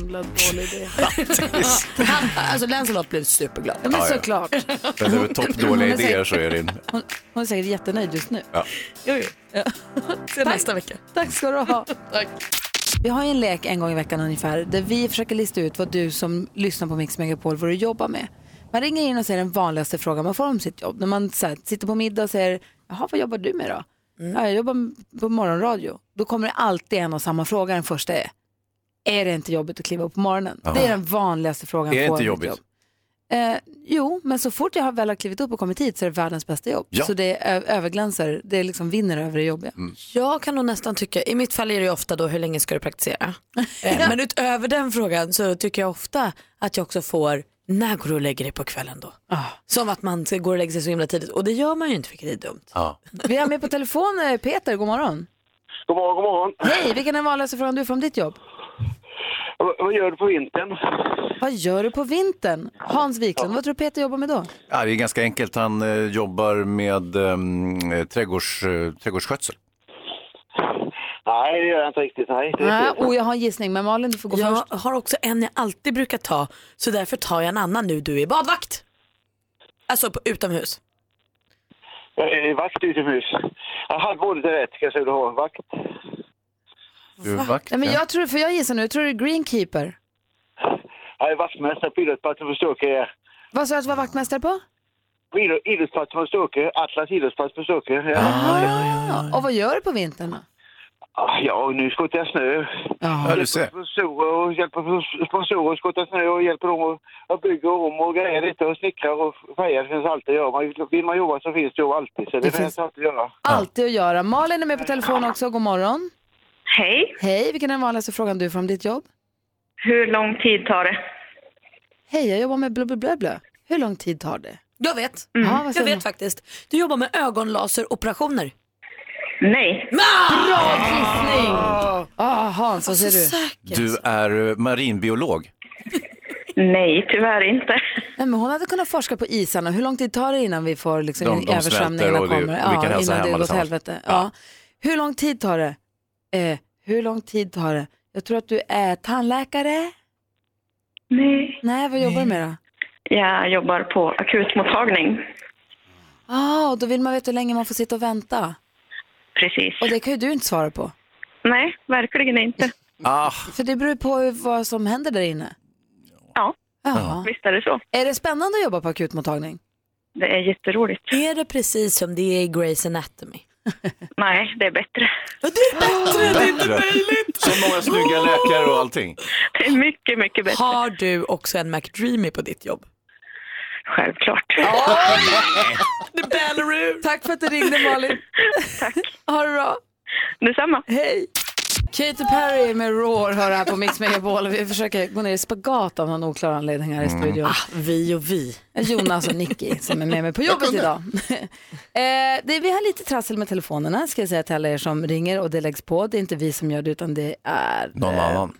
Speaker 2: Han, alltså Lancelot blev superglad.
Speaker 1: Ja, men
Speaker 3: Ja, ja.
Speaker 1: såklart.
Speaker 3: Men det är väl toppdåliga
Speaker 1: Men säg-
Speaker 3: idéer så är det.
Speaker 1: Hon, hon är säkert jättenöjd just nu.
Speaker 2: Ses nästa vecka.
Speaker 1: Tack ska du ha. Vi har ju en lek en gång i veckan ungefär där vi försöker lista ut vad du som lyssnar på Mix Megapol vad du jobbar med. Man ringer in och säger den vanligaste frågan man får om sitt jobb. När man så här, sitter på middag och säger, jaha vad jobbar du med då?
Speaker 3: Mm.
Speaker 1: Ja, jag jobbar m- på morgonradio. Då kommer det alltid en och samma fråga. Den första är, är det inte jobbigt att kliva upp på morgonen? Det är den vanligaste frågan.
Speaker 3: Är det
Speaker 1: på
Speaker 3: inte
Speaker 1: mitt
Speaker 3: jobbigt?
Speaker 1: jobb. Eh, jo, men så fort jag har väl har klivit upp och kommit hit så är det världens bästa jobb.
Speaker 3: Ja. Mm.
Speaker 1: Så det är ö- överglänser, det är liksom vinner över det jobbiga.
Speaker 2: Jag kan nog nästan tycka, i mitt fall är det ju ofta då hur länge ska du praktisera? Eh, Men utöver den frågan så tycker jag ofta att jag också får när går du och lägger dig på kvällen då? Som att man ska gå och lägga sig så himla tidigt och det gör man ju inte vilket är dumt.
Speaker 3: Ja.
Speaker 1: Vi har med på telefon eh, Peter, god morgon.
Speaker 5: God morgon, god morgon.
Speaker 1: Hej, vilken är den vanligaste frågan du får om ditt jobb?
Speaker 5: Vad, vad gör du på vintern?
Speaker 1: Vad gör du på vintern? Hans Wiklund, vad tror du Peter jobbar med då?
Speaker 3: Ja, det är ganska enkelt. Han eh, jobbar med eh, trädgårds, eh, trädgårdsskötsel.
Speaker 5: Nej, det gör jag inte riktigt. Nej, det är
Speaker 1: Nej,
Speaker 5: fel.
Speaker 1: och Ah, oh, jag har en gissning, men Malin du får gå
Speaker 2: Jag
Speaker 1: först.
Speaker 2: har också en jag alltid brukar ta, så därför tar jag en annan nu. Du är badvakt. Alltså på, utomhus.
Speaker 5: Jag är vakt utomhus. Jag hade både det rätt, kanske du har. Vakt.
Speaker 3: Du
Speaker 9: Alltså,
Speaker 3: är vakt.
Speaker 1: Nej, men
Speaker 3: ja.
Speaker 1: jag, tror, för jag gissar nu, jag tror det är greenkeeper.
Speaker 5: Jag är vaktmästare på idrottsplatsen på Sturkö.
Speaker 1: Vad sa du att du var vaktmästare på?
Speaker 5: På idro- Idrottsplatsen på Sturkö. Atlas idrottsplats på Sturkö. Ja.
Speaker 3: Ah, ja, ja.
Speaker 1: Ja, och vad gör du på vintern då?
Speaker 5: Ah, ja, och nu skottar jag snö.
Speaker 3: ja,
Speaker 1: Ja.
Speaker 3: du ser.
Speaker 5: Sponsorer och hjälper sponsorer att skotta snö och hjälper dem att- att bygga om och grejer lite och snickrar och färgar. Det finns alltid att göra. Man- Vill man jobba så finns det jobb alltid. Så det,
Speaker 1: Det
Speaker 5: finns
Speaker 1: finns-
Speaker 5: alltid att göra.
Speaker 1: Alltid att göra. Malin är med på telefon också, god morgon.
Speaker 4: Hej.
Speaker 1: Hej, vilken är den vanligaste frågan du får om ditt jobb?
Speaker 4: Hur lång tid tar det?
Speaker 1: Hej, jag jobbar med blö, blö, blö, blö. Hur lång tid tar det?
Speaker 2: Jag vet.
Speaker 4: Mm.
Speaker 1: Ja, vad
Speaker 2: Jag
Speaker 1: säger
Speaker 2: vet
Speaker 1: du?
Speaker 2: faktiskt. Du jobbar med ögonlaseroperationer.
Speaker 4: Nej.
Speaker 1: Bra gissning! Ah, Hans, vad säger du?
Speaker 3: Du är eh, marinbiolog.
Speaker 4: Nej, tyvärr inte.
Speaker 1: Nej, men hon hade kunnat forska på isarna. Hur lång tid tar det innan vi får liksom,
Speaker 3: De- de
Speaker 1: översvämningarna
Speaker 3: svälter och vi-
Speaker 1: kommer?
Speaker 3: och vi kan hälsa
Speaker 1: innan
Speaker 3: hem
Speaker 1: det går åt
Speaker 3: allesammans.
Speaker 1: helvete. Ja.
Speaker 3: Ja.
Speaker 1: Hur lång tid tar det? Eh, hur lång tid tar det? Jag tror att du är tandläkare.
Speaker 4: Nej.
Speaker 1: Nej, vad jobbar du med då?
Speaker 4: Jag jobbar på akutmottagning.
Speaker 1: Ah, och då vill man veta hur länge man får sitta och vänta.
Speaker 4: Precis.
Speaker 1: Och det kan ju du inte svara på.
Speaker 4: Nej, verkligen inte.
Speaker 3: Ah,
Speaker 1: För det beror ju på vad som händer där inne.
Speaker 4: Ja.
Speaker 1: Jaha.
Speaker 4: Visst är det så.
Speaker 1: Är det spännande att jobba på akutmottagning?
Speaker 4: Det är jätteroligt.
Speaker 2: Är det precis som det är i Grey's Anatomy?
Speaker 4: Nej, det är bättre.
Speaker 3: bättre. Så många snygga läkare och allting.
Speaker 4: Det är mycket, mycket bättre.
Speaker 2: Har du också en McDreamy på ditt jobb?
Speaker 4: Självklart.
Speaker 2: Ballerur!
Speaker 1: Tack för att du ringde Malin. Tack. ha det bra.
Speaker 4: Detsamma.
Speaker 1: Hej! Katy Perry med Roar hör här på Mix Megapol. Vi försöker gå ner i spagat av någon oklar anledning här i studion.
Speaker 2: Mm. Ah, Vi och vi.
Speaker 1: Jonas och Nicky som är med mig på jobbet idag. eh, det, vi har lite trassel med telefonerna ska jag säga till alla er som ringer och det läggs på. Det är inte vi som gör det utan det är...
Speaker 3: Någon
Speaker 1: eh,
Speaker 3: annan.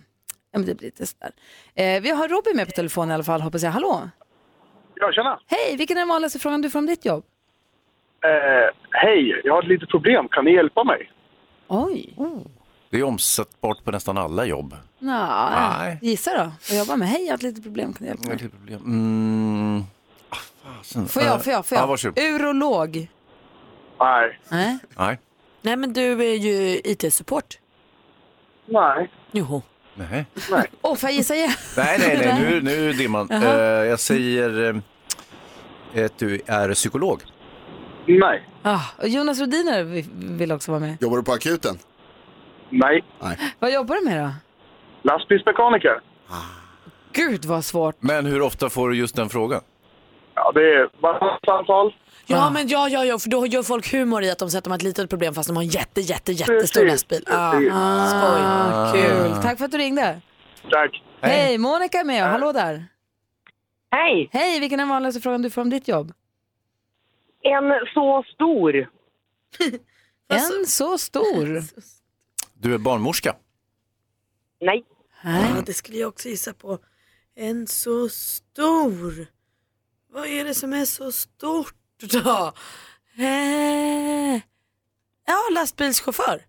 Speaker 1: Ja, men det blir lite sådär. Eh, vi har Robin med på telefon i alla fall hoppas jag. Hallå!
Speaker 5: Ja, tjena!
Speaker 1: Hej, vilken är den vanligaste frågan du får om ditt jobb?
Speaker 5: Eh, Hej, jag har ett litet problem. Kan ni hjälpa mig?
Speaker 1: Oj!
Speaker 3: Det är omsättbart på nästan alla jobb.
Speaker 1: Nå,
Speaker 3: Nej.
Speaker 1: gissa då. Vad jobbar med? Hej, jag har ett litet problem. Kan du hjälpa mig?
Speaker 3: Mm. Ah, fasen. Eh,
Speaker 1: Får jag? Får jag? Får
Speaker 3: Ja,
Speaker 1: jag?
Speaker 3: varsågod.
Speaker 1: Urolog?
Speaker 5: Nej.
Speaker 1: Nej.
Speaker 3: Nej.
Speaker 2: Nej men du är ju IT-support.
Speaker 5: Nej.
Speaker 2: Jo.
Speaker 3: Nej.
Speaker 1: Åh, får jag gissa igen?
Speaker 3: Nej, nej, nej, nu, nu är dimman. Uh, jag säger eh, att du är psykolog.
Speaker 5: Nej.
Speaker 1: Ah, och Jonas Rhodiner vi- vill också vara med.
Speaker 8: Jobbar du på akuten?
Speaker 5: Nej.
Speaker 1: Vad jobbar du med då?
Speaker 5: Lastbilsmekaniker?
Speaker 1: Gud vad svårt.
Speaker 3: Men hur ofta får du just den frågan?
Speaker 5: Ja, det är bara samtal.
Speaker 2: Ja
Speaker 1: Ah.
Speaker 2: men ja, ja, ja, för då gör folk humor i att de säger att de har ett litet problem fast de har en jätte, jätte, jättestor lastbil. Ah, skoj.
Speaker 1: Ah, kul. Tack för att du ringde.
Speaker 5: Tack.
Speaker 1: Hej, Monica är med. Hallå där.
Speaker 10: Hej!
Speaker 1: Hej, vilken är den vanligaste frågan du får om ditt jobb?
Speaker 10: En så stor.
Speaker 1: En så stor.
Speaker 3: Du är barnmorska.
Speaker 10: Nej,
Speaker 1: Nej.
Speaker 2: det skulle jag också gissa på. En så stor. Vad är det som är så stort då? Eh, ja, lastbilschaufför.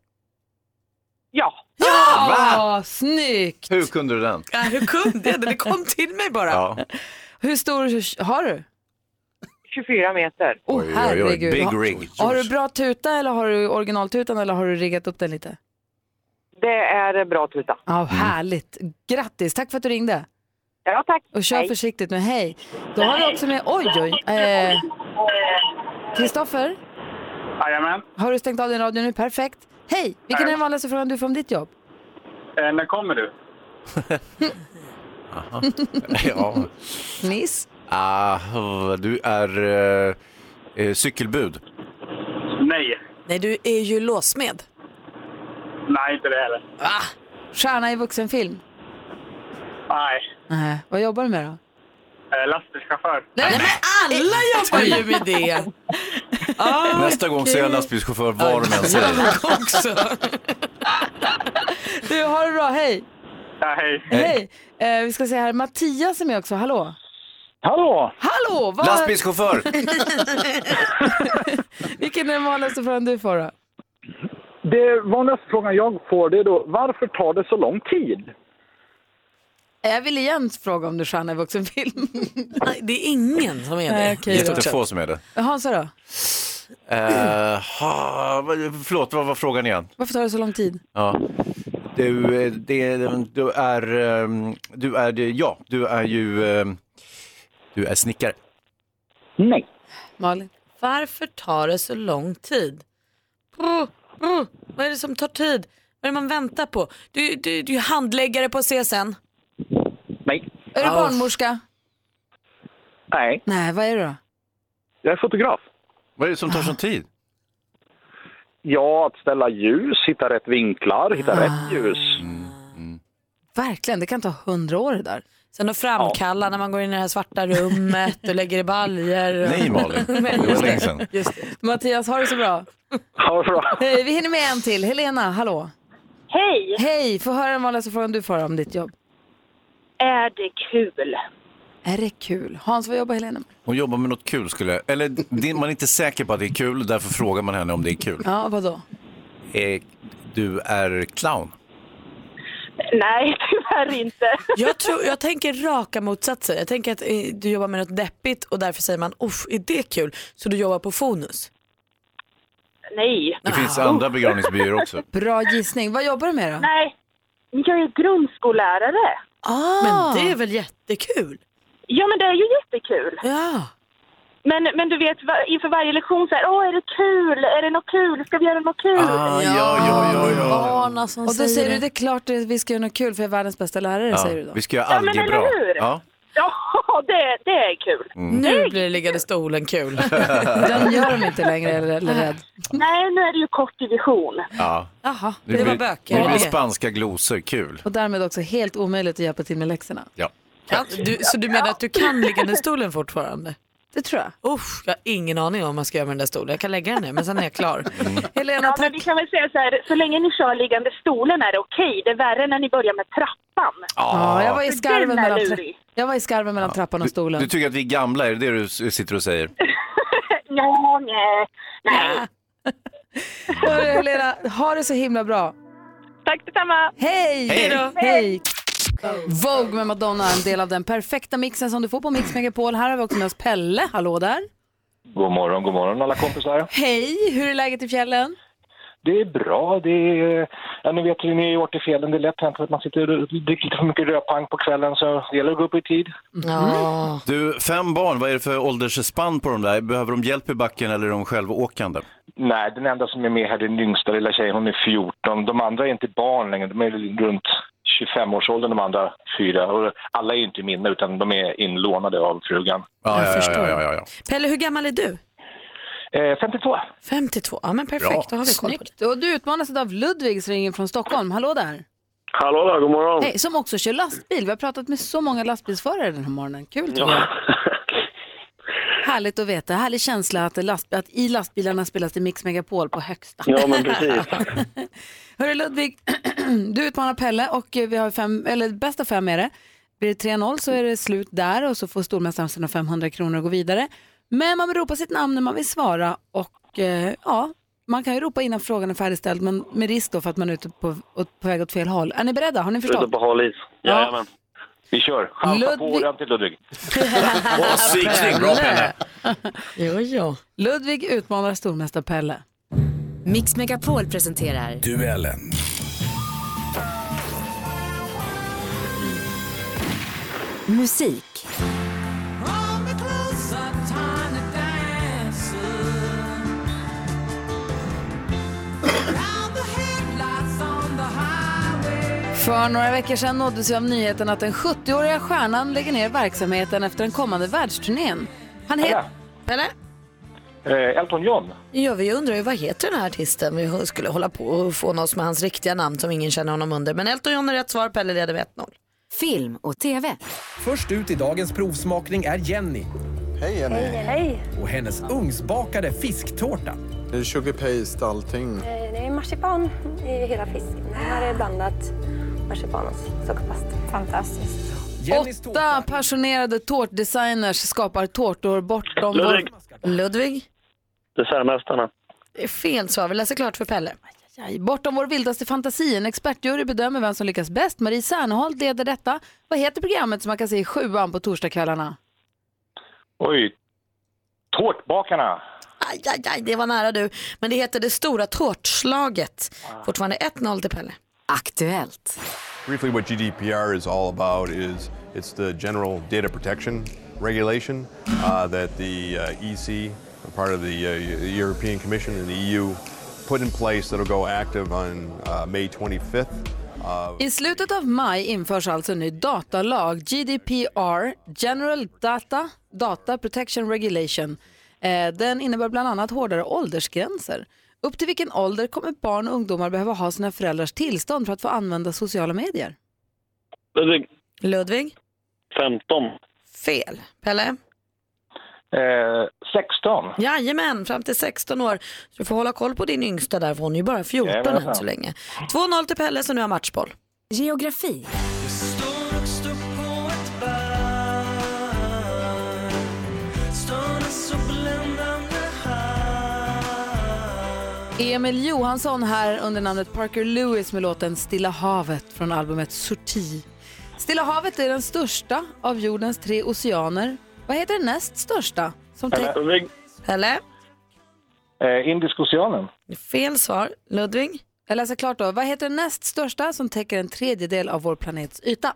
Speaker 10: ja.
Speaker 1: Ja, snyggt.
Speaker 3: Hur kunde du den?
Speaker 2: Ja, hur kunde jag det? Det kom till mig bara.
Speaker 3: Ja.
Speaker 1: Hur stor har du?
Speaker 10: 24 meter.
Speaker 1: Åh,
Speaker 3: Oj, oj, oj.
Speaker 1: herregud.
Speaker 3: Big
Speaker 1: Har-
Speaker 3: rig.
Speaker 1: Har du bra tuta eller har du originaltutan eller har du riggat upp den lite?
Speaker 10: Det är bra tuta.
Speaker 2: Mm.
Speaker 1: Ja, härligt. Grattis, tack för att du ringde.
Speaker 10: Ja, tack.
Speaker 1: Och kör försiktigt nu, hej. Då har vi också med, oj oj. eh, Kristoffer,
Speaker 5: Jajamän.
Speaker 1: har du stängt av din radio nu? Perfekt. Hej, vilken är den vanligaste frågan du får om ditt jobb?
Speaker 5: Eh, när kommer du?
Speaker 3: ja.
Speaker 1: Niss?
Speaker 3: Ah, du är eh, eh, cykelbud.
Speaker 5: Nej.
Speaker 2: Nej, du är ju låsmed.
Speaker 5: Nej, inte det heller.
Speaker 1: Stjärna i vuxenfilm?
Speaker 5: Nej.
Speaker 1: Nej, vad jobbar du med då?
Speaker 5: Eh, lastbilschaufför.
Speaker 1: Nej, men
Speaker 2: Alla jobbar ju med det. Ah,
Speaker 3: Nästa gång säger jag lastbilschaufför var de än säger.
Speaker 2: också.
Speaker 1: Du, har det bra, hej!
Speaker 8: Ja, hej.
Speaker 1: Hej! Eh, vi ska se här, Mattias är med också, hallå?
Speaker 8: Hallå!
Speaker 1: Hallå! Vad...
Speaker 3: Lastbilschaufför!
Speaker 1: Vilken är den vanligaste frågan du får då?
Speaker 8: Det vanligaste frågan jag får det är då, varför tar det så lång tid?
Speaker 1: Eh, Jag vill igen fråga om du stjärna i vuxenfilm.
Speaker 2: Nej, det är ingen som är
Speaker 1: Nej,
Speaker 2: det.
Speaker 1: okej
Speaker 2: i
Speaker 1: då.
Speaker 2: stort sett.
Speaker 3: Jättefå som är det.
Speaker 1: Hansa då?
Speaker 3: Eh, ha, vad- förlåt, vad var frågan igen?
Speaker 1: Varför tar det så lång tid?
Speaker 3: Ja. Du, eh, det, du är, ehm, du är, det- ja, du är ju, ehm, du är snickare.
Speaker 8: Nej.
Speaker 1: Malin?
Speaker 2: Varför tar det så lång tid? Mm, mm. Vad är det som tar tid? Vad är det man väntar på? Du, du, du är handläggare på CSN.
Speaker 8: Nej.
Speaker 1: Är du
Speaker 2: Ja.
Speaker 1: barnmorska?
Speaker 8: Nej.
Speaker 1: Nej, vad är du då?
Speaker 8: Jag är fotograf.
Speaker 3: Vad är det som tar sån tid?
Speaker 8: Ja, att ställa ljus, hitta rätt vinklar, hitta
Speaker 1: Ah.
Speaker 8: rätt ljus.
Speaker 3: Mm,
Speaker 1: Verkligen, det kan ta hundra år det där.
Speaker 2: Sen att framkalla när man går in i det här svarta rummet och lägger i baljor. och-
Speaker 3: Nej Malin, det var länge sedan.
Speaker 1: Just det. Mattias, har det så bra.
Speaker 8: Ha det bra.
Speaker 1: Hej, vi hinner med en till. Helena, hallå?
Speaker 4: Hej!
Speaker 1: Hej, få höra den vanligaste frågan du får om ditt jobb.
Speaker 4: Är det kul?
Speaker 1: Är det kul? Hans, vad jobbar Helena med?
Speaker 3: Hon jobbar med något kul skulle jag, eller det, man är inte säker på att det är kul, därför frågar man henne om det är kul.
Speaker 1: Ja, vadå?
Speaker 3: Eh, du är clown.
Speaker 4: Nej, tyvärr inte.
Speaker 2: Jag, tror, jag tänker raka motsatser. Jag tänker att eh, du jobbar med något deppigt och därför säger man uff, är det kul? Så du jobbar på Fonus.
Speaker 4: Nej.
Speaker 3: Det finns andra begravningsbyråer också.
Speaker 1: Bra gissning. Vad jobbar du med då?
Speaker 4: Nej, jag är grundskollärare.
Speaker 1: Ah,
Speaker 2: Men det är väl jättekul?
Speaker 4: Ja, men det är ju jättekul.
Speaker 2: Ja.
Speaker 4: Men, men du vet, va- inför varje lektion så här, åh, är det kul? Är det något kul? Ska vi göra något kul?
Speaker 3: Ah, ja, ja, ja, ja.
Speaker 2: Barna som
Speaker 1: Och då säger du,
Speaker 2: det.
Speaker 1: det är klart att vi ska göra något kul för jag är världens bästa lärare, säger du
Speaker 3: ja
Speaker 1: då.
Speaker 3: vi ska göra
Speaker 4: Ja, men
Speaker 3: algebra.
Speaker 4: eller hur?
Speaker 3: Ja.
Speaker 4: Ja, det, det är kul.
Speaker 3: Mm.
Speaker 2: Nu blir det liggande stolen kul.
Speaker 1: Den gör de inte längre, eller, eller rädd.
Speaker 4: Nej, nu är det ju kort division.
Speaker 3: Ja.
Speaker 2: Jaha,
Speaker 3: Nu
Speaker 2: det var
Speaker 3: blir- Nu
Speaker 2: böcker.
Speaker 3: blir spanska glosor kul.
Speaker 1: Och därmed också helt omöjligt att hjälpa till med läxorna.
Speaker 3: Ja.
Speaker 2: Ja, du, så du menar att du kan liggande stolen fortfarande?
Speaker 1: Det tror jag.
Speaker 2: Usch, jag har ingen aning om vad man ska göra med den där stolen. Jag kan lägga den ner, men sen är jag klar.
Speaker 3: Mm.
Speaker 1: Helena,
Speaker 4: Ja, men
Speaker 1: tack.
Speaker 4: vi kan väl säga så här, så länge ni kör liggande stolen är det okej. Det är värre när ni börjar med trappan.
Speaker 1: Ja, jag var i
Speaker 4: Den
Speaker 1: skarven
Speaker 4: är
Speaker 1: mellan, tra-
Speaker 4: lurig.
Speaker 1: jag var i skarven mellan trappan och
Speaker 3: Du,
Speaker 1: stolen.
Speaker 3: du tycker att vi är gamla, är det det du s- sitter och säger?
Speaker 4: Ja, nej. nej.
Speaker 1: Hörru, Helena, ha det så himla bra.
Speaker 4: Tack detsamma.
Speaker 1: Hej!
Speaker 3: Hej då.
Speaker 1: Hej! Vogue med Madonna, en del av den perfekta mixen som du får på Mix Megapol. Här har vi också med oss Pelle. Hallå där.
Speaker 11: God morgon, god morgon alla kompisar.
Speaker 1: Hej! Hur är läget i fjällen?
Speaker 11: Det är bra. Det är, ja, ni vet hur ni har gjort i fjällen. Det är lätt hänt att man sitter och dricker lite för mycket rödpang på kvällen så det gäller att gå upp i tid.
Speaker 2: Ja.
Speaker 3: Du, fem barn, vad är det för åldersspann på de där? Behöver de hjälp i backen eller är de självåkande?
Speaker 11: Nej, den enda som är med här är den yngsta lilla tjejen. Hon är 14. De andra är inte barn längre. De är runt 25-årsåldern de andra fyra. Och alla är ju inte mina utan de är inlånade av frugan.
Speaker 3: Ja,
Speaker 2: Jag
Speaker 3: ja,
Speaker 2: förstår.
Speaker 3: ja, ja, ja, ja.
Speaker 2: Pelle, hur gammal är du?
Speaker 11: Eh, 52.
Speaker 2: 52. Ja, men perfekt. Då har vi koll på det.
Speaker 1: Snyggt. Och du utmanas idag av Ludvig som ringer från Stockholm. Hallå där.
Speaker 5: Hallå där, god morgon.
Speaker 1: Hej, som också kör lastbil. Vi har pratat med så många lastbilsförare den här morgonen. Kul tycker jag. Härligt att veta. Härlig känsla att, lastbil, att i lastbilarna spelas det Mix Megapol på högsta.
Speaker 5: Ja, men precis.
Speaker 1: Hörru Ludvig, du utmanar Pelle och vi har fem, eller bästa fem är det. Blir det 3-0 så är det slut där och så får stormästaren sina 500 kronor och gå vidare. Men man ropar sitt namn när man vill svara och eh, ja, man kan ju ropa innan frågan är färdigställd men med risk då för att man är ute på, åt- på väg åt fel håll. Är ni beredda? Har ni förstått?
Speaker 5: Ute på hal is. Jajamän.
Speaker 11: Vi kör. Chansa på
Speaker 1: Ludvig-
Speaker 11: åren till Ludvig.
Speaker 3: Åh, sviksnygg, bra
Speaker 1: Eh.
Speaker 3: Pelle!
Speaker 2: Jo, jo.
Speaker 1: Ludvig utmanar stormästare Pelle.
Speaker 12: Mix Megapol presenterar
Speaker 13: Duellen.
Speaker 12: musik.
Speaker 1: För några veckor sedan nåddes vi av nyheten att den 70-åriga stjärnan lägger ner verksamheten efter den kommande världsturnén. Han heter...
Speaker 2: Pelle?
Speaker 11: Eh, Elton John.
Speaker 2: Ja, vi undrar ju vad heter den här artisten? Vi skulle hålla på och få någon med hans riktiga namn som ingen känner honom under. Men Elton John är rätt svar. Pelle leder med 1-0.
Speaker 12: Film och TV.
Speaker 13: Först ut i dagens provsmakning är Jenny
Speaker 14: Hej Jenny.
Speaker 13: och hennes ugnsbakade fisktårta.
Speaker 14: Det är
Speaker 15: Mm.
Speaker 14: sugar paste allting.
Speaker 15: Eh, Det är marsipan i hela fisken. Den här är blandat
Speaker 14: marsipanos zuckerpasta. Fantastiskt.
Speaker 1: Åtta passionerade tårtdesigners skapar tårtor bortom
Speaker 15: Ludvig.
Speaker 1: vår... Ludvig?
Speaker 15: Dessertmästarna.
Speaker 1: Det är fel svar, vi läser klart för Pelle. Ajajaj. Bortom vår vildaste fantasi, en expertjury bedömer vem som lyckas bäst. Marie Serneholt leder detta. Vad heter programmet som man kan se i sjuan på torsdagskvällarna?
Speaker 11: Oj, tårtbakarna.
Speaker 2: Aj, aj, aj, det var nära du. Men det heter Det stora tårtslaget. Fortfarande 1-0 till Pelle.
Speaker 12: Aktuellt.
Speaker 16: Briefly, what GDPR is all about is it's the General Data Protection Regulation uh, that the uh, EC, a part of the uh, European Commission and the EU, put in place that'll go active on uh, May 25th. Uh,
Speaker 1: I slutet av maj införs alltså en ny datalag, GDPR, General Data, Data Protection Regulation. Eh, Den innebär bland annat hårdare åldersgränser. Upp till vilken ålder kommer barn och ungdomar behöva ha sina föräldrars tillstånd för att få använda sociala medier?
Speaker 15: Ludvig.
Speaker 2: Ludvig?
Speaker 15: 15.
Speaker 2: Fel. Pelle?
Speaker 11: Eh, 16.
Speaker 2: Jajamän, fram till 16 år. Så du får hålla koll på din yngsta där, för hon är ju bara 14 än
Speaker 11: Jajamensan.
Speaker 2: så länge. 2-0 till Pelle, så nu har jag matchboll.
Speaker 12: Geografi.
Speaker 1: Emil Johansson här under namnet Parker Lewis med låten Stilla havet från albumet Sorti. Stilla havet är den största av jordens tre oceaner. Vad heter den näst största? Som täck-
Speaker 11: Ludvig.
Speaker 2: Pelle?
Speaker 11: Eh, Indiska oceanen.
Speaker 2: Fel svar. Ludvig?
Speaker 1: Jag läser klart då. Vad heter den näst största som täcker en tredjedel av vår planets yta?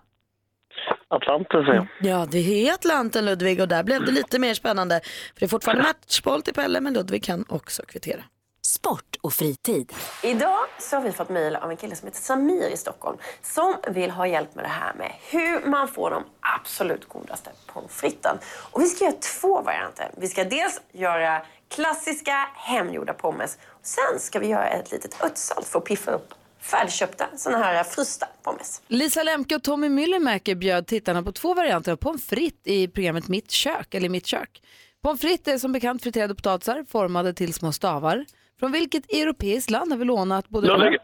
Speaker 15: Atlanten säger jag.
Speaker 2: Ja, det är Atlanten Ludvig och där blev det lite mer spännande. För det är fortfarande matchboll till Pelle, men Ludvig kan också kvittera.
Speaker 12: Sport och fritid.
Speaker 14: Idag så har vi fått mejl av en kille som heter Samir i Stockholm som vill ha hjälp med det här med hur man får de absolut godaste pommes fritesen. Och vi ska göra två varianter. Vi ska dels göra klassiska hemgjorda pommes. Och sen ska vi göra ett litet örtsalt för att piffa upp färdigköpta såna här frysta pommes.
Speaker 1: Lisa Lemke och Tommy Myllymäki bjöd tittarna på två varianter av pommes frites i programmet Mitt kök, eller Mitt kök. Pommes frites är som bekant friterade potatisar formade till små stavar. Från vilket europeiskt land har vi lånat både...
Speaker 15: Ludvig.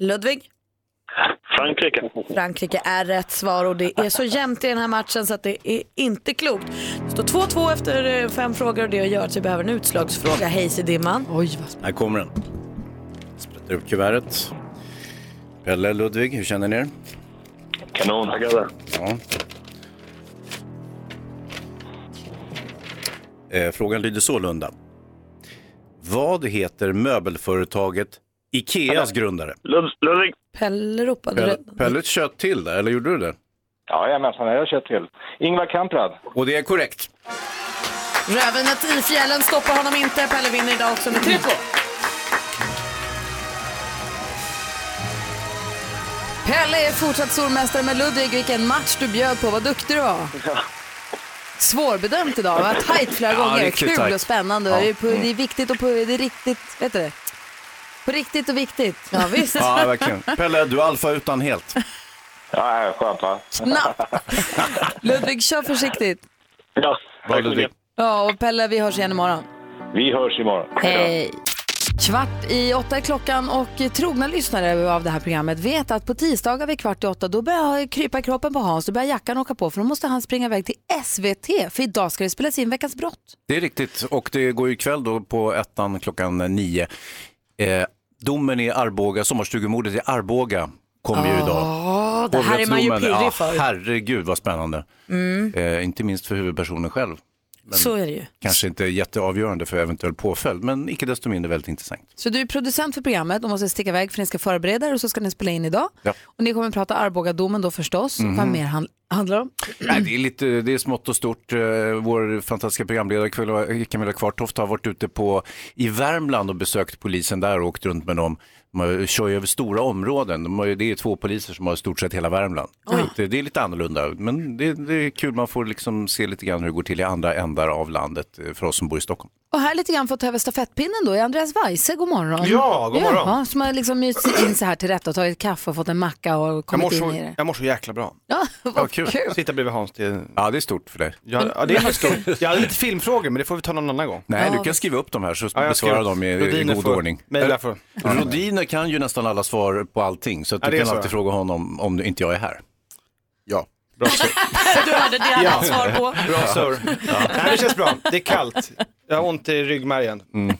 Speaker 2: Ludvig?
Speaker 15: Frankrike.
Speaker 2: Frankrike är rätt svar och det är så jämnt i den här matchen så att det är inte klokt. Det står 2-2 efter eh, fem frågor och det gör att vi behöver en utslagsfråga. Hejs i dimman.
Speaker 1: Oj, vad
Speaker 3: Här kommer den. Sprättar upp kuvertet. Pelle, Ludvig, hur känner ni er?
Speaker 11: Kanon.
Speaker 3: Ja. Eh, frågan lyder sålunda. Vad heter möbelföretaget Ikeas grundare?
Speaker 15: Ludvig.
Speaker 2: Pelle ropade
Speaker 3: Pelle,
Speaker 2: det.
Speaker 3: Pelle kött till där, eller gjorde du det?
Speaker 11: Jajamensan, jag har kört till. Ingvar Kamprad.
Speaker 3: Och det är korrekt.
Speaker 2: Rövinet i fjällen stoppar honom inte. Pelle vinner idag också med 3-2.
Speaker 1: Pelle är fortsatt stormästare med Ludvig. Vilken match du bjöd på. Vad duktig du var. Svårbedömt idag. va? Tajt flera
Speaker 3: Ja,
Speaker 1: gånger.
Speaker 3: riktigt
Speaker 1: Kul
Speaker 3: tajt.
Speaker 1: och spännande.
Speaker 3: Ja. Mm.
Speaker 1: Det, är på, det är viktigt och på, det är riktigt, vet du det? På riktigt och viktigt. Ja, visst.
Speaker 3: Ja, verkligen. Pelle, du är alfa utan helt.
Speaker 11: Ja, skönt va?
Speaker 1: Snabbt. Ludvig, kör försiktigt.
Speaker 11: Ja,
Speaker 3: Bra, Ludvig.
Speaker 1: Ja, och Pelle, vi hörs igen imorgon.
Speaker 11: Vi hörs imorgon.
Speaker 1: Hej. Eh, Kvart i åtta är klockan och trogna lyssnare av det här programmet vet att på tisdagar vid kvart i åtta då börjar krypa kroppen på Hans, då börjar jackan åka på för då måste han springa iväg till SVT för idag ska det spelas in Veckans brott.
Speaker 3: Det är riktigt och det går ju ikväll då på ettan klockan nio. Eh, domen i Arboga, sommarstugemordet i Arboga kommer ju idag.
Speaker 2: Ja, Ah, det här är man ju
Speaker 3: Hovrättsdomen,
Speaker 2: pirrig
Speaker 3: ja,
Speaker 2: för.
Speaker 3: Herregud vad spännande.
Speaker 2: Mm.
Speaker 3: Eh, inte minst för huvudpersonen själv. Men
Speaker 2: Så är det ju.
Speaker 3: Kanske inte jätteavgörande för eventuell påföljd, men icke desto mindre väldigt intressant.
Speaker 1: Så du är producent för programmet och måste sticka iväg för ni ska förbereda er och så ska ni spela in idag.
Speaker 3: Ja.
Speaker 1: Och ni kommer prata Arboga-domen då förstås,
Speaker 3: Mhm.
Speaker 1: vad mer han, handlar det om.
Speaker 3: Nej, det, är lite, det är smått och stort. Eh, Vår fantastiska programledare Camilla- Camilla Kvartoft har varit ute på, i Värmland och besökt polisen där och åkt runt med dem. De har- kör ju över stora områden. De har, ju- det är två poliser som har i stort sett hela Värmland. Så Det, det är lite annorlunda, men det, det är kul. Man får liksom se lite grann hur det går till i andra ändar av landet eh, för oss som bor i Stockholm.
Speaker 1: Och här lite grann för att ta över stafettpinnen då är Andreas Weise, god morgon.
Speaker 17: Ja, god morgon.
Speaker 1: Ja, som har liksom myst sig in så här till rätta och tagit kaffe och fått en macka och
Speaker 17: Jag mår,
Speaker 1: kommit in i
Speaker 17: så,
Speaker 1: det.
Speaker 17: jag mår så jäkla bra.
Speaker 1: Ja, vad
Speaker 3: Kul.
Speaker 17: Sitta bredvid Hans. Det...
Speaker 3: Ja, det är stort för dig.
Speaker 17: Ja, ja, det är faktiskt stort. Jag hade lite filmfrågor, men det får vi ta någon annan gång.
Speaker 3: Nej, du kan skriva upp dem här så
Speaker 17: Ja, jag
Speaker 3: besvarar
Speaker 17: skriver-
Speaker 3: dem i, i
Speaker 17: Rodiner
Speaker 3: god
Speaker 17: får-
Speaker 3: ordning.
Speaker 17: mejla får-
Speaker 3: Ja. Rodiner kan ju nästan alla svar på allting så att
Speaker 17: Ja,
Speaker 3: du
Speaker 17: det är
Speaker 3: kan
Speaker 17: så.
Speaker 3: alltid fråga honom om inte jag är här. Ja.
Speaker 2: Du hade det hade jag svar på.
Speaker 17: Bra sir. Nej, det känns bra. Det är kallt. Jag har ont i ryggmärgen.
Speaker 3: Mm.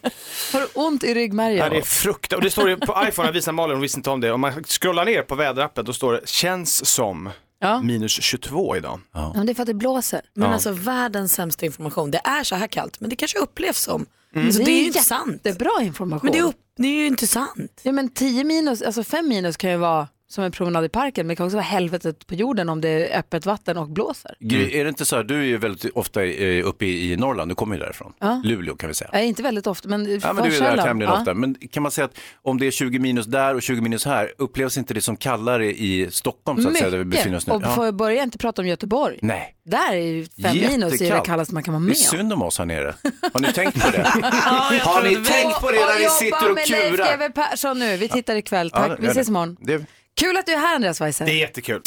Speaker 1: Har du ont i ryggmärgen?
Speaker 17: Ja, det är frukt. Och det står ju på iPhone, jag visade Malin, hon visste inte om det. Om man scrollar ner på väderappen, då står det känns som
Speaker 1: Ja.
Speaker 17: minus 22 idag.
Speaker 1: Ja, men det är för att det blåser.
Speaker 2: Men
Speaker 17: Ja.
Speaker 2: alltså världens sämsta information. Det är så här kallt, men det kanske upplevs som.
Speaker 1: Mm.
Speaker 2: Så det är ju inte sant.
Speaker 1: sant. Det är bra information.
Speaker 2: Men det är, upp, det är ju inte sant.
Speaker 1: Ja, men 10 minus, alltså 5 minus kan ju vara som en promenad i parken, men det kan också vara helvetet på jorden om det är öppet vatten och blåser.
Speaker 3: Gry, Är det inte så här, du är ju väldigt ofta eh, uppe i i Norrland, du kommer ju därifrån.
Speaker 1: Ja.
Speaker 3: Luleå kan vi säga.
Speaker 1: Nej, inte väldigt ofta, men
Speaker 3: Ja, men
Speaker 1: för
Speaker 3: du är där
Speaker 1: sällan.
Speaker 3: tämligen
Speaker 1: Ja.
Speaker 3: ofta. Men kan man säga att om det är 20 minus där och 20 minus här, upplevs inte det som kallare i Stockholm så att säga, där vi befinner oss nu?
Speaker 1: Och
Speaker 3: Ja.
Speaker 1: får jag börja inte prata om Göteborg?
Speaker 3: Nej.
Speaker 1: Där är ju fem minus i det
Speaker 3: Jättekallt.
Speaker 1: kallaste man kan vara
Speaker 3: Det är
Speaker 1: med om.
Speaker 3: synd om oss här nere. Har ni tänkt på det?
Speaker 1: jag
Speaker 3: Har ni
Speaker 1: trodde vi-
Speaker 3: tänkt på det när ni
Speaker 1: jobba
Speaker 3: sitter och
Speaker 1: med Leif
Speaker 3: kurar?
Speaker 1: GW Persson nu. Vi tittar ikväll. Tack.
Speaker 3: Ja, det-
Speaker 1: vi ses
Speaker 3: det.
Speaker 1: imorgon.
Speaker 3: Det,
Speaker 1: Kul att du är här Andreas Weise.
Speaker 17: det är jättekul.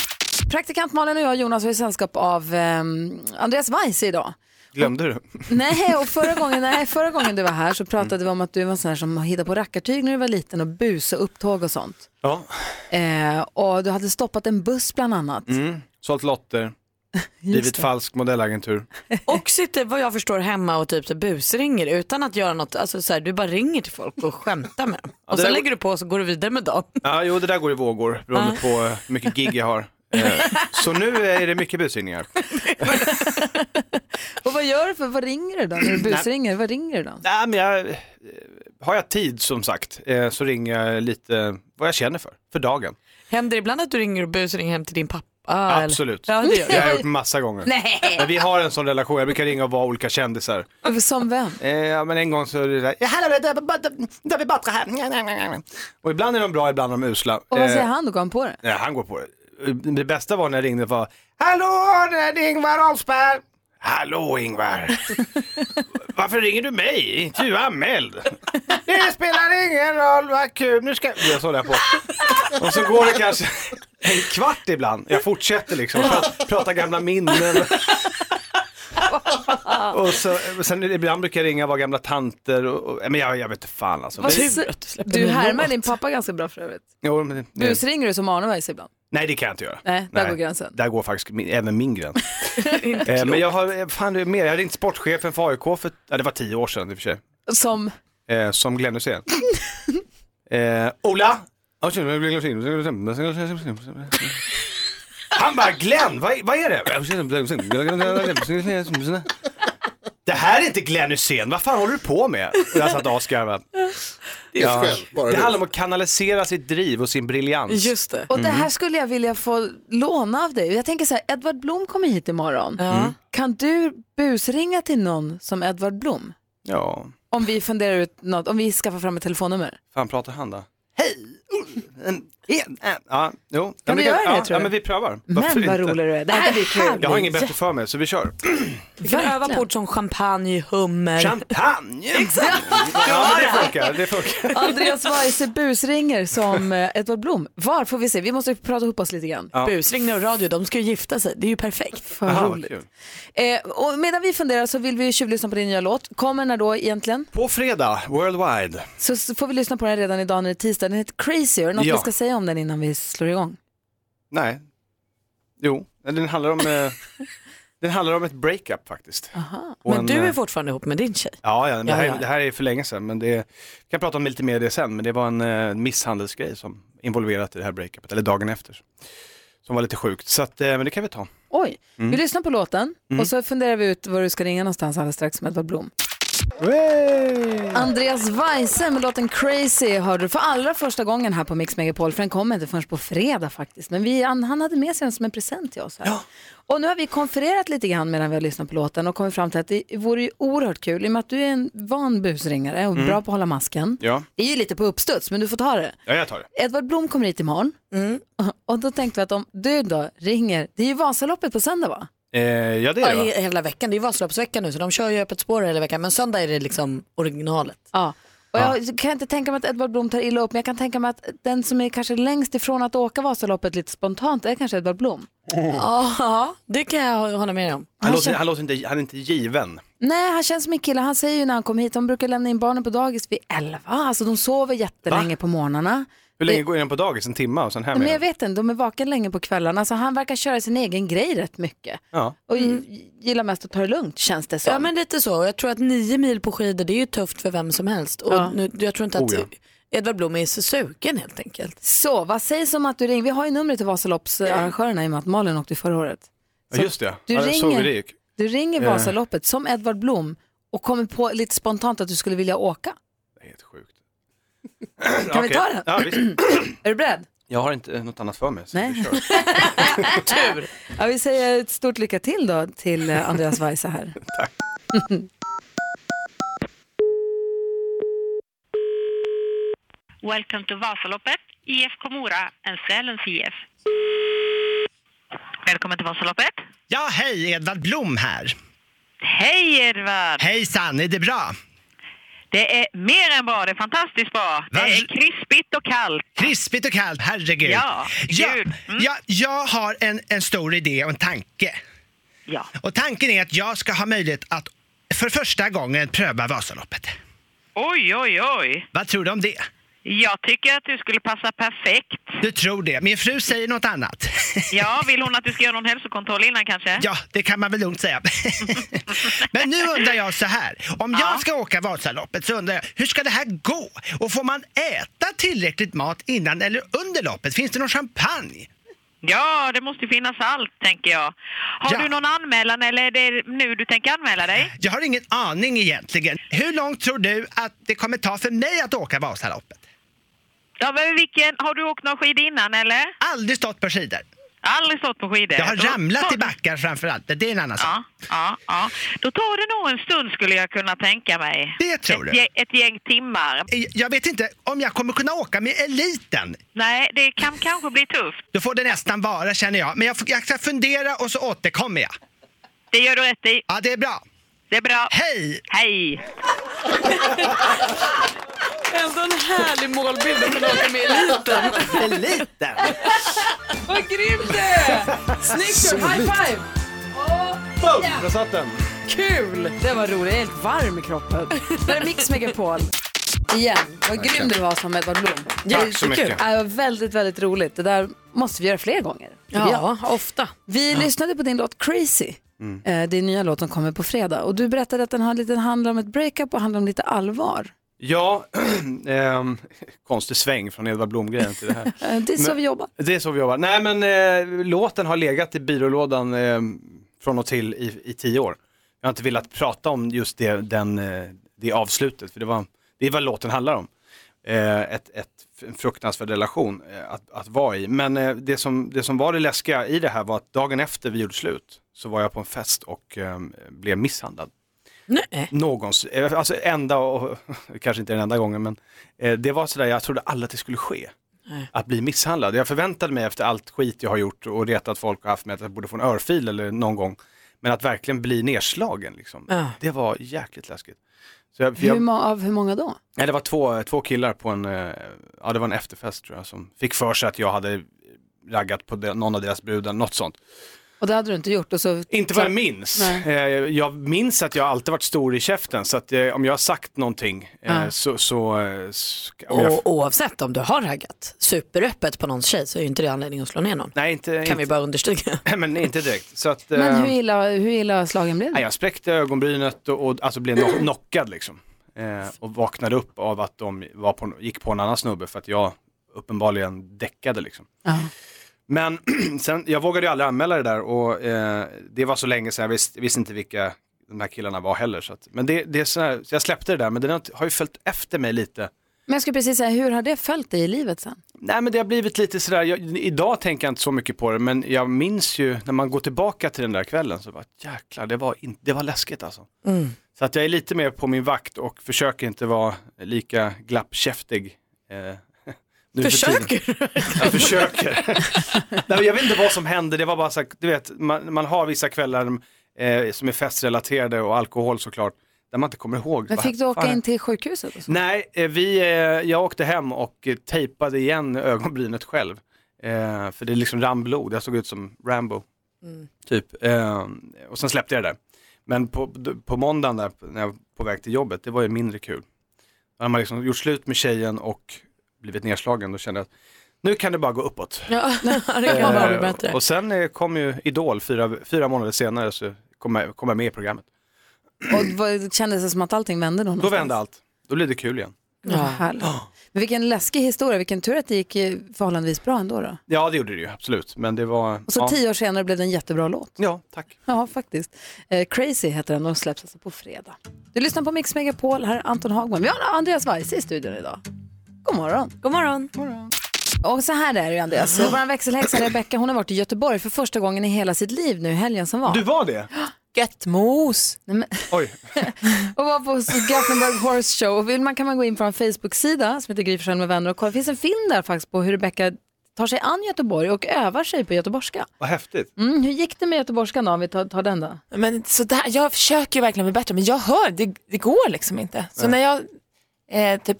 Speaker 1: Praktikant Malin och jag, Jonas, har ju sällskap av ehm, Andreas Weise idag.
Speaker 17: Glömde du?
Speaker 1: Nej, och förra gången, nej, förra gången du var här så pratade vi om att du var en sån här som hittade på rackartyg när du var liten och busa upptåg och sånt.
Speaker 17: Ja.
Speaker 1: Eh, och du hade stoppat en buss bland annat.
Speaker 17: Mm. Sålt lotter, blivit
Speaker 1: det.
Speaker 17: falsk modellagentur.
Speaker 2: Och sitter vad jag förstår hemma och typ så busringer utan att göra något. Alltså så här, du bara ringer till folk och skämtar med dem. Och
Speaker 17: det
Speaker 2: sen
Speaker 17: där-
Speaker 2: lägger du på och så går du vidare med dem.
Speaker 17: Ja, jo, det där går i vågor beroende på eh, hur mycket gig jag har. Eh, Så nu är det mycket busringningar.
Speaker 1: Och vad gör du för, vad ringer du då? När du
Speaker 17: Nej.
Speaker 1: busringer, vad ringer du då?
Speaker 17: Nej, men jag, eh, har jag tid som sagt eh, så ringer jag lite vad jag känner för, för dagen.
Speaker 2: Händer det ibland att du ringer och busringer hem till din pappa? eller?
Speaker 17: Absolut.
Speaker 2: Ja, det gör
Speaker 17: jag har
Speaker 2: det.
Speaker 17: gjort massa gånger.
Speaker 2: Nej.
Speaker 17: Men vi har en sån relation, jag brukar ringa och vara olika kändisar.
Speaker 1: Som vem?
Speaker 17: Eh, ja, men en gång så är det där, "Ja, hallå, David Batra här. Och ibland är de bra, ibland är de usla.
Speaker 1: Och vad säger
Speaker 17: Eh,
Speaker 1: han då? Går han på det?
Speaker 17: Nej, han går på det. Det bästa var när jag ringde var, hallå, det är Ingvar Oldsberg. Hallå Ingvar! Varför ringer du mig? Inte du anmäld? Det spelar ingen roll, vad kul, nu ska... Jag såg det här på. Och så går det kanske en kvart ibland. Jag fortsätter liksom, pra- prata gamla minnen. Och så, sen ibland brukar jag ringa och vara gamla tanter. Och, och, men jag, jag vet inte fan alltså.
Speaker 1: Vad
Speaker 17: Men-
Speaker 1: sur att Du härmar din pappa ganska bra för övrigt.
Speaker 17: Jo, men, det-
Speaker 1: Busringer du som Arne Weise ibland?
Speaker 17: Nej, det kan jag inte göra.
Speaker 1: Nej, där går gränsen.
Speaker 17: Där går faktiskt min, även min gräns. eh, men jag har, eh, fan det är mer, jag har ringt sportchefen för AIK för, ja, det var tio år sedan i och för sig,
Speaker 1: Som,
Speaker 17: eh, som Glenn Hysén. eh, Ola! Ja, tjena, jag blir Glenn Hysén. Han bara, Glenn, vad, vad är det? Det här är inte Glenn Hysén, vad fan håller du på med? Och jag satt och asgarvade.
Speaker 18: Det är själv, bara
Speaker 17: det
Speaker 18: det.
Speaker 17: handlar om att kanalisera sitt driv och sin briljans. Mm.
Speaker 2: Just det.
Speaker 1: och det här skulle jag vilja få låna av dig. Jag tänker så här, Edvard Blom kommer hit imorgon.
Speaker 17: Mm.
Speaker 1: Kan du busringa till någon som Edvard Blom?
Speaker 17: Ja,
Speaker 1: Om vi funderar ut något, om vi skaffar fram ett telefonnummer.
Speaker 17: fan pratar han då? Ja, jo. Kan ja,
Speaker 1: vi göra det,
Speaker 17: ja,
Speaker 1: tror du?
Speaker 17: Ja, men vi prövar.
Speaker 1: Men
Speaker 17: Varför
Speaker 1: vad
Speaker 17: inte?
Speaker 1: rolig du är. Det här blir kul.
Speaker 17: Jag har inget bättre för mig, så vi kör.
Speaker 2: Vi kan öva på ord som champagne, hummer.
Speaker 17: Champagne!
Speaker 2: Exakt!
Speaker 17: Ja, men det funkar. Det funkar.
Speaker 1: Andreas Weise busringer som eh, Edvard Blom. Var får vi se? Vi måste prata ihop oss lite grann.
Speaker 2: Ja. Busringning och radio, de ska ju gifta sig. Det är ju perfekt.
Speaker 1: Aha, roligt. Eh, och medan vi funderar så vill vi ju tjuvlyssna på din nya låt. Kommer när då egentligen?
Speaker 17: På fredag, worldwide.
Speaker 1: Så s- får vi lyssna på den redan idag när det är tisdag. Den heter Crazy. Är det något
Speaker 17: Ja.
Speaker 1: vi ska säga om den innan vi slår igång?
Speaker 17: Nej. Jo, den handlar om, eh, den handlar om ett breakup faktiskt. Och
Speaker 2: Men
Speaker 17: en,
Speaker 2: du är
Speaker 17: eh,
Speaker 2: fortfarande ihop med din tjej?
Speaker 17: Ja, ja, men det, här,
Speaker 2: Ja, ja.
Speaker 17: det här är för länge sedan, men det är, vi kan prata om lite mer det sen, men det var en eh, misshandelsgrej som involverat i det här breakupet, eller dagen efter, som var lite sjukt. Så att, eh, men det kan vi ta.
Speaker 1: Oj,
Speaker 17: Mm.
Speaker 1: vi lyssnar på låten
Speaker 17: Mm.
Speaker 1: och så funderar vi ut var du ska ringa någonstans alldeles strax med Edvard Blom. Andreas Weise med låten Crazy hörde du för allra första gången här på Mix Megapol, för den kom inte förrän på fredag faktiskt. Men vi, han, han hade med sig den som en present till oss här. Och nu har vi konfererat lite grann medan vi har lyssnat på låten och kommit fram till att det vore ju oerhört kul, i och med att du är en van busringare och
Speaker 17: Mm.
Speaker 1: bra på att hålla masken.
Speaker 17: Ja.
Speaker 1: Det är ju lite på uppstuds, men du får ta det.
Speaker 17: ja, jag tar det.
Speaker 1: Edvard Blom kommer hit imorgon
Speaker 2: Mm.
Speaker 1: och då tänkte vi att om du då ringer, det är ju Vasaloppet på söndag va?
Speaker 17: Eh, ja, det är det
Speaker 2: Ja,
Speaker 17: va?
Speaker 2: he- hela veckan, det är ju Vasaloppsveckan nu så de kör ju Öppet spår hela veckan men söndag är det liksom originalet.
Speaker 1: Ja. Och jag kan inte tänka mig att Edvard Blom tar illa upp, men jag kan tänka mig att den som är kanske längst ifrån att åka Vasaloppet lite spontant är kanske Edvard Blom.
Speaker 2: Ja, det kan jag hålla med om.
Speaker 17: Han, låter, han, låter inte, han är inte given.
Speaker 1: Nej, han känns som en kille. Han säger ju när han kom hit, de brukar lämna in barnen på dagis vid 11. Alltså de sover jättelänge på morgnarna.
Speaker 17: Hur länge går den på dagis? En timme och sen hem
Speaker 1: Men jag
Speaker 17: igen?
Speaker 1: vet inte, de är vaken länge på kvällarna. Så han verkar köra sin egen grej rätt mycket.
Speaker 17: Ja.
Speaker 1: Och g- gillar mest att ta det lugnt känns det som.
Speaker 2: Mm. Ja men lite så. Jag tror att nio mil på skidor det är ju tufft för vem som helst. Och
Speaker 1: Ja.
Speaker 2: nu, jag tror inte att
Speaker 1: Oh, ja.
Speaker 2: Edvard Blom är så sugen helt enkelt.
Speaker 1: Så vad sägs om att du ringer? Vi har ju numret till Vasaloppsarrangörerna i och med att Malin åkte förra året.
Speaker 17: Ja, just det.
Speaker 1: Du
Speaker 17: ja, jag såg hur det
Speaker 1: ringer,
Speaker 17: gick.
Speaker 1: du ringer
Speaker 17: Eh.
Speaker 1: Vasaloppet som Edvard Blom och kommer på lite spontant att du skulle vilja åka. Det är helt sjukt. kan vi
Speaker 17: Okej.
Speaker 1: ta den?
Speaker 17: Ja, visst.
Speaker 1: Är du beredd?
Speaker 17: Jag har inte eh, något annat för mig. Så
Speaker 1: Nej.
Speaker 17: vi kör.
Speaker 1: Tur. Ja, vi säger ett stort lycka till då till eh, Andreas Weise här. Tack.
Speaker 19: Welcome to Vasaloppet, IFK Mora and Sälens IF. Välkommen till Vasaloppet.
Speaker 20: Ja, hej! Edvard Blom här.
Speaker 19: Hej Edvard!
Speaker 20: Hejsan, är det bra?
Speaker 19: Det är mer än bra, det är fantastiskt bra. Det är krispigt och kallt.
Speaker 20: Krispigt och kallt, herregud.
Speaker 19: Ja, Mm.
Speaker 20: ja, ja, jag har en, en stor idé och en tanke.
Speaker 19: Ja.
Speaker 20: Och tanken är att jag ska ha möjlighet att för första gången pröva Vasaloppet.
Speaker 19: Oj, oj, oj.
Speaker 20: Vad tror du om det?
Speaker 19: Jag tycker att du skulle passa perfekt.
Speaker 20: Du tror det? Min fru säger något annat.
Speaker 19: Ja, vill hon att du ska göra någon hälsokontroll innan kanske?
Speaker 20: Ja, det kan man väl lugnt säga. Men nu undrar jag så här. Om jag ska åka Vasaloppet så undrar jag, hur ska det här gå? Och får man äta tillräckligt mat innan eller under loppet? Finns det någon champagne?
Speaker 19: Ja, det måste ju finnas allt, tänker jag. Har du någon anmälan eller är det nu du tänker anmäla dig?
Speaker 20: Jag har ingen aning egentligen. Hur långt tror du att det kommer ta för mig att åka Vasaloppet?
Speaker 19: Ja, men vilken, har du åkt någon skidor innan eller?
Speaker 20: Aldrig stått på skidor.
Speaker 19: Aldrig stått på skidor.
Speaker 20: Jag har
Speaker 19: Då-
Speaker 20: ramlat i backar framför allt. Det är en annan sak.
Speaker 19: Ja, ja. Då tar det nog en stund skulle jag kunna tänka mig.
Speaker 20: Det tror
Speaker 19: ett,
Speaker 20: du?
Speaker 19: gäng- ett gäng timmar.
Speaker 20: Eh, Jag vet inte om jag kommer kunna åka med eliten.
Speaker 19: Nej, det kan kanske bli tufft.
Speaker 20: Då får det nästan vara känner jag. Men jag, får, jag ska fundera och så återkommer jag.
Speaker 19: Det gör du rätt i.
Speaker 20: Ja, det är bra.
Speaker 19: Det är bra.
Speaker 20: Hej!
Speaker 19: Hej!
Speaker 2: Ändå en härlig målbild att kunna åka med eliten.
Speaker 20: eliten?
Speaker 2: Vad grymt det är!
Speaker 1: Snyggt gjort. High five!
Speaker 17: Boom! Där satt den.
Speaker 1: Kul! Det var roligt. Jag är helt varm i kroppen. Det är Mix Megapol. Igen. Vad grym du var som Edvard Blom. Jättekul.
Speaker 2: så mycket.
Speaker 1: Ja, Det var väldigt, väldigt roligt. Det där måste vi göra fler gånger. tycker
Speaker 2: Ja, ofta.
Speaker 1: Vi lyssnade på din låt Crazy. Mm. Eh, Det är nya låt som kommer på fredag. Och du berättade att den har lite, handlar om ett breakup och handlar om lite allvar.
Speaker 17: Ja, ehm, konstig sväng från Edvard Blom-grejen till det här.
Speaker 1: Eh, Det är så
Speaker 17: Men-
Speaker 1: vi jobbar.
Speaker 17: Det är så vi jobbar. Nej men eh, låten har legat i byrålådan eh, från och till i, i tio år. Jag har inte velat prata om just det, den, eh, det avslutet, för det, var, det är vad låten handlar om. Eh, ett, ett, en fruktansvärd relation eh, att, att vara i. Men eh, det, som, det som var det läskiga i det här var att dagen efter vi gjorde slut så var jag på en fest och eh, blev misshandlad.
Speaker 2: Nej.
Speaker 17: Någons, eh, alltså enda och kanske inte den enda gången men eh, det var sådär jag trodde aldrig att det skulle ske att bli misshandlad. Jag förväntade mig efter allt skit jag har gjort och retat folk och haft med att jag borde få en örfil eller någon gång. Men att verkligen bli nedslagen, liksom.
Speaker 1: Ja.
Speaker 17: det var jäkligt läskigt. Så jag, för
Speaker 1: Hur,
Speaker 17: jag,
Speaker 1: ma- av hur många då?
Speaker 17: nej, det var två, två killar på en, eh, ja det var en efterfest tror jag, som fick för sig att jag hade raggat på de, någon av deras brudar, något sånt.
Speaker 1: Och det hade du inte gjort. Och så...
Speaker 17: Inte vad jag minns.
Speaker 1: Nej.
Speaker 17: Eh, Jag minns att jag alltid varit stor i käften, så att eh, om jag har sagt någonting eh,
Speaker 2: Ja.
Speaker 17: så... så, eh, ska- om jag-
Speaker 2: Och oavsett om du har raggat superöppet på någons tjej så är ju inte det anledning att slå ner någon.
Speaker 17: Nej, inte,
Speaker 2: kan vi bara understryka.
Speaker 17: men inte direkt. Så att, eh,
Speaker 1: Men hur illa, hur illa slagen blev
Speaker 17: Nej,
Speaker 1: du?
Speaker 17: jag spräckte ögonbrynet och, och alltså blev knock- knockad liksom. Eh, och vaknade upp av att de var på, gick på en annan snubbe för att jag uppenbarligen däckade liksom. Men sen, jag vågade ju aldrig anmäla det där och eh, det var så länge sedan, jag visste, visste inte vilka de här killarna var heller. Så att, men det, det är så, här, så jag släppte det där, men den har, har ju följt efter mig lite.
Speaker 1: Men jag skulle precis säga, hur har det följt dig i livet sen?
Speaker 17: Nej men det har blivit lite sådär, jag, idag tänker jag inte så mycket på det, men jag minns ju när man går tillbaka till den där kvällen så bara, jäklar, det var, in, det var läskigt alltså. Så att jag är lite mer på min vakt och försöker inte vara lika glappkäftig. Eh, nu
Speaker 2: Försöker
Speaker 17: För tiden. jag försöker. Nej, men jag vet inte vad som hände, det var bara så här, du vet, man, man har vissa kvällar eh, som är festrelaterade och alkohol såklart, där man inte kommer ihåg.
Speaker 1: Men
Speaker 17: vad
Speaker 1: fick du åka
Speaker 17: fan-
Speaker 1: in till sjukhuset? Och så?
Speaker 17: Nej, eh, vi, eh, jag åkte hem och eh, tejpade igen ögonbrynet själv. Eh, för det liksom rann blod, jag såg ut som Rambo.
Speaker 2: Mm.
Speaker 17: Typ. Eh, och sen släppte jag det där. Men på, d- på måndagen där, när jag var på väg till jobbet, det var ju mindre kul. Då hade man liksom gjort slut med tjejen och blivit nedslagen, då kände jag att nu kan det bara gå uppåt.
Speaker 2: Ja, det kan bara bli
Speaker 17: Eh,
Speaker 2: bättre.
Speaker 17: Och sen eh, kom ju Idol fyra, fyra månader senare så kom jag, kom jag med i programmet.
Speaker 1: Och vad, kändes det som att allting vände då?
Speaker 17: Då
Speaker 1: någonstans?
Speaker 17: vände allt. Då blev det kul igen.
Speaker 1: Ja. vad härligt. Men vilken läskig historia, vilken tur att det gick eh, förhållandevis bra ändå. Då.
Speaker 17: Ja, det gjorde det ju absolut. Men det var...
Speaker 1: Och så
Speaker 17: ja.
Speaker 1: tio år senare blev det en jättebra låt.
Speaker 17: Ja, tack.
Speaker 1: Ja, faktiskt. Eh, Crazy heter den och släpps alltså på fredag. Du lyssnar på Mix Megapol, här är Anton Hagman. Vi har Andreas Weise i studion idag. God morgon.
Speaker 2: God morgon.
Speaker 1: Och så här är det ju Andreas, vår växelhäxa Rebecca hon har varit i Göteborg för första gången i hela sitt liv nu i helgen som var.
Speaker 17: Du var det?
Speaker 1: Gött mos! Nej, men...
Speaker 17: Oj.
Speaker 1: och var på Gothenburg Horse Show. Och vill man kan man gå in på en Facebook-sida som heter Gry Forssell med vänner och kolla. Det finns en film där faktiskt på hur Rebecca tar sig an Göteborg och övar sig på göteborgska.
Speaker 17: Vad häftigt.
Speaker 1: Mm, hur gick det med göteborgskan då om vi tar, tar den då?
Speaker 9: Men så där, jag försöker ju verkligen bli bättre men jag hör, det, det går liksom inte. Så när jag, eh, typ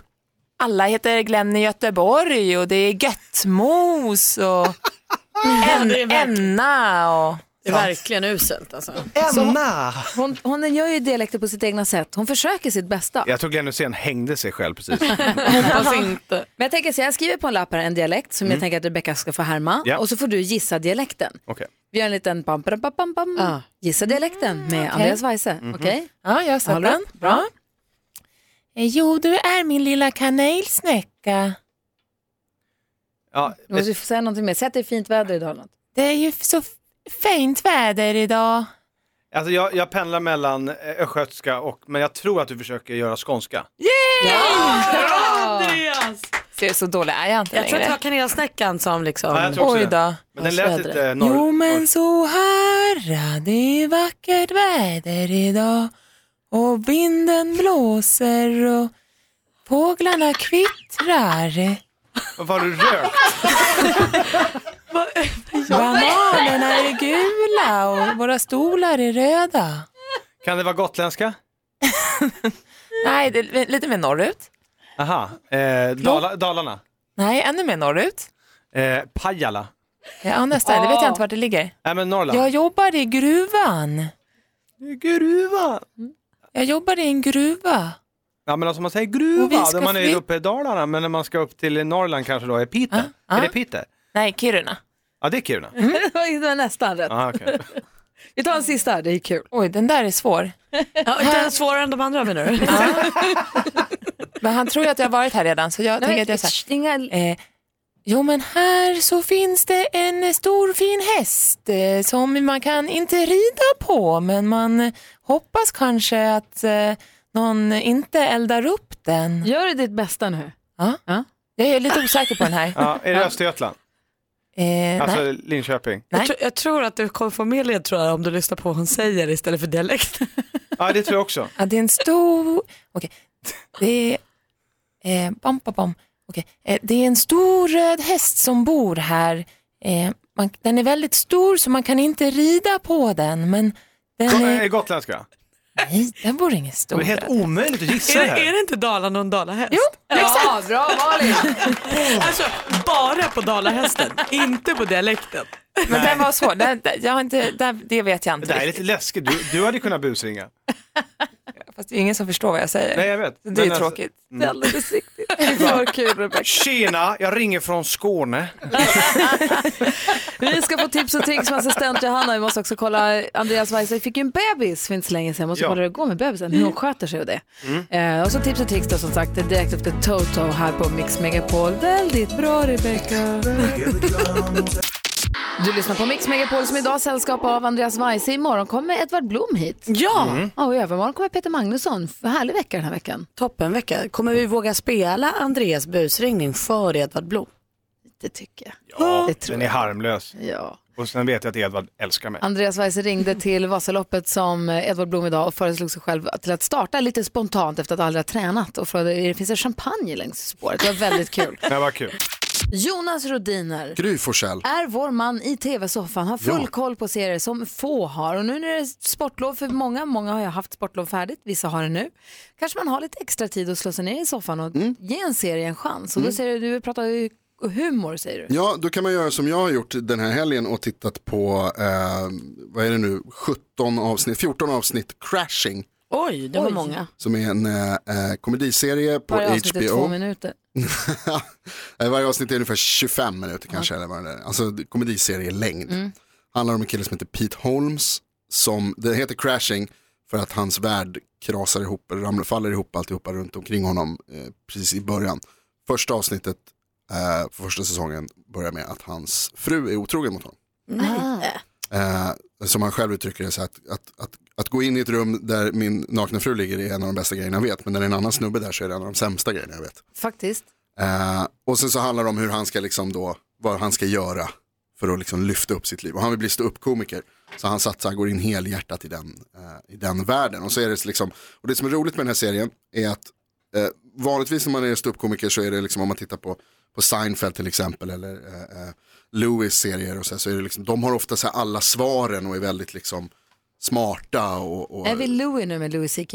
Speaker 9: alla heter Glenn i Göteborg och det är Göttmos och en, Enna och
Speaker 2: Det är verkligen uselt alltså.
Speaker 1: Så hon- Hon, hon gör ju dialekter på sitt egna sätt. Hon försöker sitt bästa.
Speaker 17: Jag tror Glenn Hysén hängde sig själv precis.
Speaker 1: Hoppas inte. Men jag tänker så här, jag skriver på en lapp här en dialekt som
Speaker 17: Mm.
Speaker 1: jag tänker att Rebecca ska få härma
Speaker 17: Ja.
Speaker 1: och så får du gissa dialekten.
Speaker 17: Okej.
Speaker 1: Vi gör en liten pam, pam, pam, pam, pam. Gissa dialekten med Andreas Weise.
Speaker 9: Mhm.
Speaker 1: Okej?
Speaker 9: Ja, jag har sett
Speaker 1: Håller
Speaker 9: den.
Speaker 1: upp. Bra.
Speaker 9: Eh, Jo, du är min lilla kanelsnäcka.
Speaker 17: Ja,
Speaker 1: Du
Speaker 9: Mm.
Speaker 1: måste ju få säga någonting mer. Säg att det är fint väder idag. eller något.
Speaker 9: Det är ju så fint väder idag.
Speaker 17: alltså jag, jag pendlar mellan eh, östgötska och, men jag tror att du försöker göra skånska.
Speaker 9: Yay!
Speaker 2: Andreas!
Speaker 9: Så, så dålig är jag inte
Speaker 2: Jag tror att
Speaker 9: längre.
Speaker 2: jag har kanelsnäckan som liksom...
Speaker 17: Ja, jag tror också
Speaker 9: Oj
Speaker 17: det.
Speaker 9: då.
Speaker 17: Men den lät lite norr...
Speaker 9: Jo men så här det är vackert väder idag och vinden blåser och fåglarna kvittrar.
Speaker 17: Vad har du rökt?
Speaker 9: Bananerna är gula och våra stolar är röda.
Speaker 17: Kan det vara gotländska?
Speaker 9: Nej, det är lite mer norrut.
Speaker 17: Aha, eh, Dala, Dalarna.
Speaker 9: Nej, ännu mer norrut.
Speaker 17: Eh, Pajala.
Speaker 9: Ja, nästan. Det vet jag inte vart det ligger.
Speaker 17: Nej men Norrland.
Speaker 9: Jag jobbar i gruvan.
Speaker 17: Gruva?
Speaker 9: Jag jobbar i en gruva.
Speaker 17: Ja men alltså man säger
Speaker 9: Och vi
Speaker 17: gruva
Speaker 9: ska
Speaker 17: när man är
Speaker 9: flyt-
Speaker 17: uppe i Dalarna men när man ska upp till Norrland kanske då är Piteå. Är det Piteå?
Speaker 9: Nej, Kiruna.
Speaker 17: Ja det är Kiruna.
Speaker 1: Mm. det var nästan rätt.
Speaker 17: Ah, okej.
Speaker 1: Vi tar en sista, här, det är kul.
Speaker 9: Oj, den där är svår.
Speaker 2: Ja, den är svårare än de andra menar du?
Speaker 9: Men han tror ju att jag har varit här redan så jag
Speaker 2: Nej,
Speaker 9: tänker att jag
Speaker 1: är
Speaker 9: så här, eh, Jo men här så finns det en stor fin häst eh, som man kan inte rida på men man eh, hoppas kanske att eh, någon inte eldar upp den.
Speaker 1: Gör du ditt bästa nu?
Speaker 9: Ja. Jag är lite osäker på den här.
Speaker 17: Ja, är det Östergötland?
Speaker 9: Eh,
Speaker 17: Alltså
Speaker 9: nej.
Speaker 17: Linköping?
Speaker 2: Jag, tror- jag tror att du kommer få mer ledtrådar om du lyssnar på vad hon säger istället för dialekten.
Speaker 17: Ja det tror jag också.
Speaker 9: Ja, det är en stor... Okej. Det är... Eh, bam, bam, bam. Okej. Eh, det är en stor röd häst som bor här. Eh, man, den är väldigt stor så man kan inte rida på den, men den
Speaker 17: Go-
Speaker 9: är...
Speaker 17: eh, gotländska?
Speaker 9: Nej, den bor ingen stor
Speaker 17: Det är helt
Speaker 9: röd.
Speaker 17: omöjligt att gissa det
Speaker 2: är, det, är
Speaker 17: här.
Speaker 2: det inte Dalarna och en dalahäst?
Speaker 9: Jo,
Speaker 1: Ja,
Speaker 2: exakt.
Speaker 1: bra Malin!
Speaker 2: Alltså, bara på dalahästen, inte på dialekten.
Speaker 9: Men den var svår. Den, den, jag har inte, den, det vet jag
Speaker 17: Det
Speaker 9: inte
Speaker 17: där är
Speaker 9: riktigt,
Speaker 17: lite läskigt, du, du hade kunnat busringa.
Speaker 9: fast det är ingen som förstår vad jag säger.
Speaker 17: Nej jag vet.
Speaker 9: Så
Speaker 17: Men
Speaker 9: Eh, det är
Speaker 17: alltså-
Speaker 9: tråkigt.
Speaker 17: Mm.
Speaker 1: Alldeles riktigt. För kul Rebecca.
Speaker 17: Tjena, jag ringer från Skåne.
Speaker 1: Vi ska få tips och tricks med assistent Johanna. Vi måste också kolla, Andreas Weise fick ju en bebis för inte så länge sedan. Måste
Speaker 17: Ja.
Speaker 1: kolla hur det går med bebisen, hur hon sköter sig och det. Eh, och så tips och tricks då som sagt direkt efter Toto här på Mix Megapol. Väldigt bra Rebecca. Du lyssnar på Mix Megapol som idag har sällskap av Andreas Weise. Imorgon kommer Edvard Blom hit.
Speaker 2: Ja.
Speaker 1: Mm. Ja, Och i övermorgon kommer Peter Magnusson. Härlig vecka den här veckan.
Speaker 2: Toppen vecka. Kommer vi våga spela Andreas busringning för Edvard Blom?
Speaker 1: Det tycker jag.
Speaker 17: Ja, den är harmlös.
Speaker 1: Ja.
Speaker 17: Och sen vet jag att Edvard älskar mig.
Speaker 1: Andreas Weise ringde till Vasaloppet som Edvard Blom idag och föreslog sig själv till att starta lite spontant efter att aldrig ha tränat och frågade, "Är det- finns det champagne längs spåret? Det var väldigt kul.
Speaker 17: Det var kul.
Speaker 1: Jonas Rodiner
Speaker 18: Gry Forssell.
Speaker 1: är vår man i tv-soffan, har full
Speaker 18: Ja.
Speaker 1: koll på serier som få har. Och nu när det är sportlov för många, många har ju haft sportlov färdigt, vissa har det nu, kanske man har lite extra tid att slå sig ner i soffan och ge en serie en chans. Och då
Speaker 18: Mm.
Speaker 1: säger du, du pratar ju humor säger du.
Speaker 18: Ja, då kan man göra som jag har gjort den här helgen och tittat på, eh, vad är det nu, 17 avsnitt, 14 avsnitt Crashing.
Speaker 2: Oj, det var många.
Speaker 18: Som är en eh, eh, komediserie på
Speaker 1: Varje avsnitt är två
Speaker 18: HBO.
Speaker 1: minuter.
Speaker 18: Eh, Varje avsnitt är ungefär 25 minuter kanske. Eller vad det är. Alltså komediserie i längd.
Speaker 1: Mm.
Speaker 18: Handlar om en kille som heter Pete Holmes. Som, det heter Crashing för att hans värld krasar ihop, eller ramlar, faller ihop alltihopa runt omkring honom eh, precis i början. Första avsnittet eh, för första säsongen börjar med att hans fru är otrogen mot honom.
Speaker 2: Nej.
Speaker 1: Ah.
Speaker 18: Eh, som han själv uttrycker det, så att, att, att, att gå in i ett rum där min nakna fru ligger är en av de bästa grejerna jag vet. Men när det är en annan snubbe där så är det en av de sämsta grejerna jag vet.
Speaker 1: Faktiskt.
Speaker 18: Eh, och sen så handlar det om hur han ska liksom då, vad han ska göra för att liksom lyfta upp sitt liv. Och han vill bli ståuppkomiker. Så han satsar, går in helhjärtat i den, eh, i den världen. Och, så är det liksom, och det som är roligt med den här serien är att eh, vanligtvis när man är ståuppkomiker så är det liksom om man tittar på, på Seinfeld till exempel eller eh, eh, Lewis serier och så, här, så är det liksom, de har ofta så här alla svaren och är väldigt liksom smarta och, och
Speaker 1: Är vi Louie nu med Louis CK?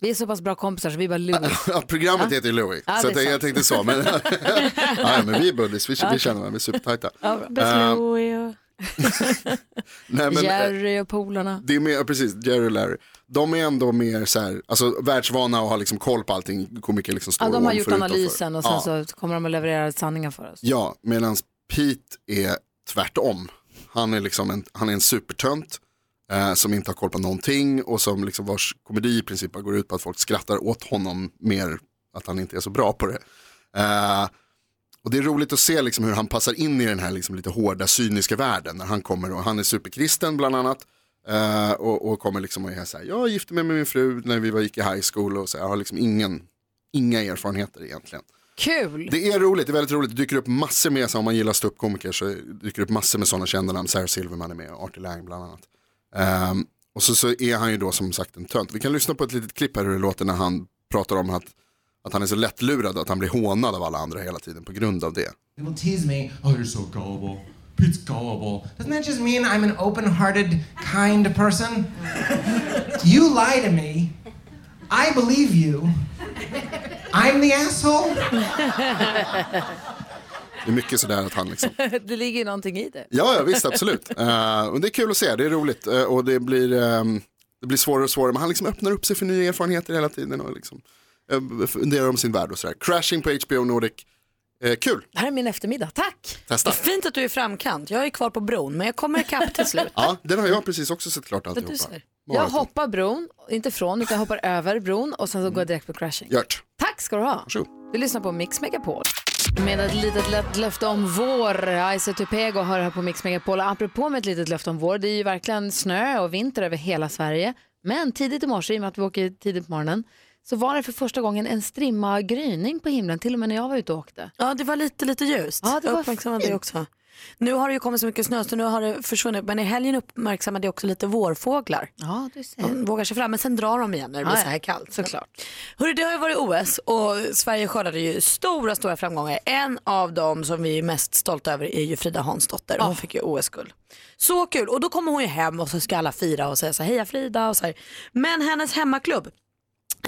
Speaker 1: Vi är så pass bra kompisar så vi är bara Louie.
Speaker 18: Ja, programmet heter ju Louis,
Speaker 1: Ja,
Speaker 18: så
Speaker 1: det
Speaker 18: att
Speaker 1: är
Speaker 18: jag, jag
Speaker 1: sant.
Speaker 18: tänkte så. Men, ja, ja, men vi är buddies, vi, vi känner varandra, vi är supertajta.
Speaker 1: Ja,
Speaker 18: Eh,
Speaker 1: bäst Louie och
Speaker 18: nej, men, eh,
Speaker 1: Jerry och polarna.
Speaker 18: det är mer, ja, precis, Jerry och Larry. De är ändå mer så här, alltså världsvana och har liksom koll på allting. Komiker liksom står
Speaker 1: Ja, de har
Speaker 18: ovanför
Speaker 1: gjort
Speaker 18: och utanför.
Speaker 1: analysen och sen
Speaker 18: ja,
Speaker 1: så kommer de att leverera sanningen för oss.
Speaker 18: Ja, medan Pete är tvärtom. Han är liksom en, han är en supertönt eh, som inte har koll på någonting och som liksom vars komedi i princip bara går ut på att folk skrattar åt honom mer att han inte är så bra på det. Eh, och det är roligt att se liksom hur han passar in i den här liksom lite hårda cyniska världen när han kommer och han är superkristen bland annat. eh, och, och kommer liksom och är så här, jag gifte mig med min fru när vi var, gick i high school och så här, jag har liksom ingen, inga erfarenheter egentligen.
Speaker 1: Kul!
Speaker 18: Det är roligt, det är väldigt roligt. Det dyker upp massor med, så om man gillar ståuppkomiker så dyker det upp massor med sådana kända namn. Sarah Silverman är med och Artie Lang bland annat. Ehm, och så, så är han ju då som sagt en tönt. Vi kan lyssna på ett litet klipp här hur det låter när han pratar om att, att han är så lättlurad och att han blir hånad av alla andra hela tiden på grund av det.
Speaker 21: People tease me, oh, you're so gullible. Pete's gullible. Doesn't that just mean I'm an open hearted, kind person? you lie to me. I believe you. I'm the asshole.
Speaker 18: Det är mycket sådär att han liksom
Speaker 1: det ligger ju någonting i det.
Speaker 18: Ja, ja visst, absolut. Eh, och det är kul att se, det är roligt Eh, och det blir, ehm, det blir svårare och svårare. Men han liksom öppnar upp sig för nya erfarenheter hela tiden och liksom, eh, funderar om sin värld och sådär. Crashing på HBO Nordic, Eh, kul,
Speaker 1: Det här är min eftermiddag, tack!
Speaker 18: testa.
Speaker 2: Fint att du är i framkant. Jag är kvar på bron men jag kommer ikapp till slut.
Speaker 18: Ja, den har jag precis också sett klart
Speaker 2: Det du
Speaker 18: alltihopa.
Speaker 2: ser.
Speaker 1: Jag
Speaker 18: Maraton.
Speaker 1: hoppar bron, inte från utan jag hoppar över bron och sen så går jag direkt på crashing.
Speaker 18: Gjort.
Speaker 1: Tack ska du ha. Du lyssnar på Mix Megapol. Med ett litet lätt löfte om vår, Isa Tupego hör här på Mix Megapol. Och Apropå med ett litet löfte om vår, det är ju verkligen snö och vinter över hela Sverige. Men tidigt i morse, i och med att vi åker tidigt på morgonen, så var det för första gången en strimma gryning på himlen, till och med när jag var ute och åkte.
Speaker 2: Ja, det var lite, lite ljust.
Speaker 1: Ja, det
Speaker 2: jag
Speaker 1: var
Speaker 2: uppmärksammade
Speaker 1: fint.
Speaker 2: det också. Nu har det ju kommit så mycket snö så nu har det försvunnit. Men i helgen uppmärksammade jag också lite vårfåglar.
Speaker 1: Ja, du ser.
Speaker 2: De vågar sig fram men sen drar de igen när det blir
Speaker 1: Ja, ja.
Speaker 2: så här kallt.
Speaker 1: Såklart.
Speaker 2: Hörru, det har ju varit OS och Sverige skördade ju stora, stora framgångar. En av dem som vi är mest stolta över är ju Frida Hansdotter. Hon fick ju OS-guld. Så kul! Och då kommer hon ju hem och så ska alla fira och säga så här, heja Frida och så här. Men hennes hemmaklubb,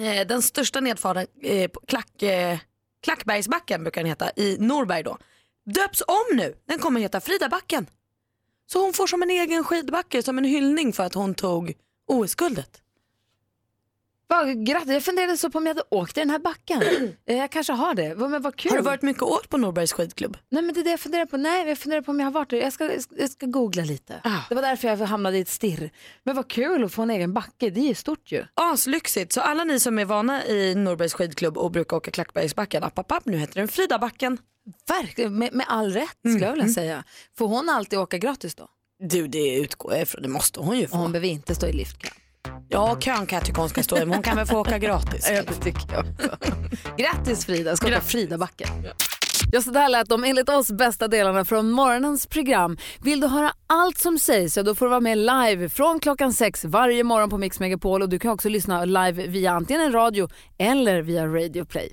Speaker 2: eh, den största nedfarten, eh, på klack, eh, Klackbergsbacken brukar den heta, i Norberg då, döps om nu. Den kommer heta Fridabacken. Så hon får som en egen skidbacke, som en hyllning för att hon tog OS-guldet.
Speaker 1: Vad grattis, jag funderade så på om jag hade åkt i den här backen. Eh, jag kanske har det, Vad- men vad kul.
Speaker 2: Har du varit mycket åt på Norbergs skidklubb?
Speaker 1: Nej men det är det jag funderar på. Nej jag funderar på om jag har varit där. Jag ska, jag ska googla lite. Det var därför jag hamnade i ett stirr. Men vad kul att få en egen backe. Det är ju stort ju.
Speaker 2: Aslyxigt, så alla ni som är vana i Norbergs skidklubb och brukar åka Klackbergsbacken, app, app, app, nu heter den Fridabacken.
Speaker 1: Verkligen, med, med all rätt skulle jag vilja säga. Får hon alltid åka gratis då?
Speaker 2: Du, det utgår jag ifrån, det måste hon ju få.
Speaker 1: Hon behöver inte stå i liftkö.
Speaker 2: Ja, kön kan jag tycka hon ska stå i, men hon kan väl få åka gratis.
Speaker 1: Ja, det tycker jag också. Grattis Frida, ska åka Fridabacken. Ja, så där lät de enligt oss bästa delarna från morgonens program. Vill du höra allt som sägs så då får du vara med live från klockan sex varje morgon på Mix Megapol och du kan också lyssna live via antingen en radio eller via Radio Play.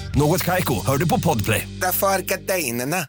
Speaker 22: Något Kaiko, hör du på Podplay.
Speaker 19: Därför arkadeinerna.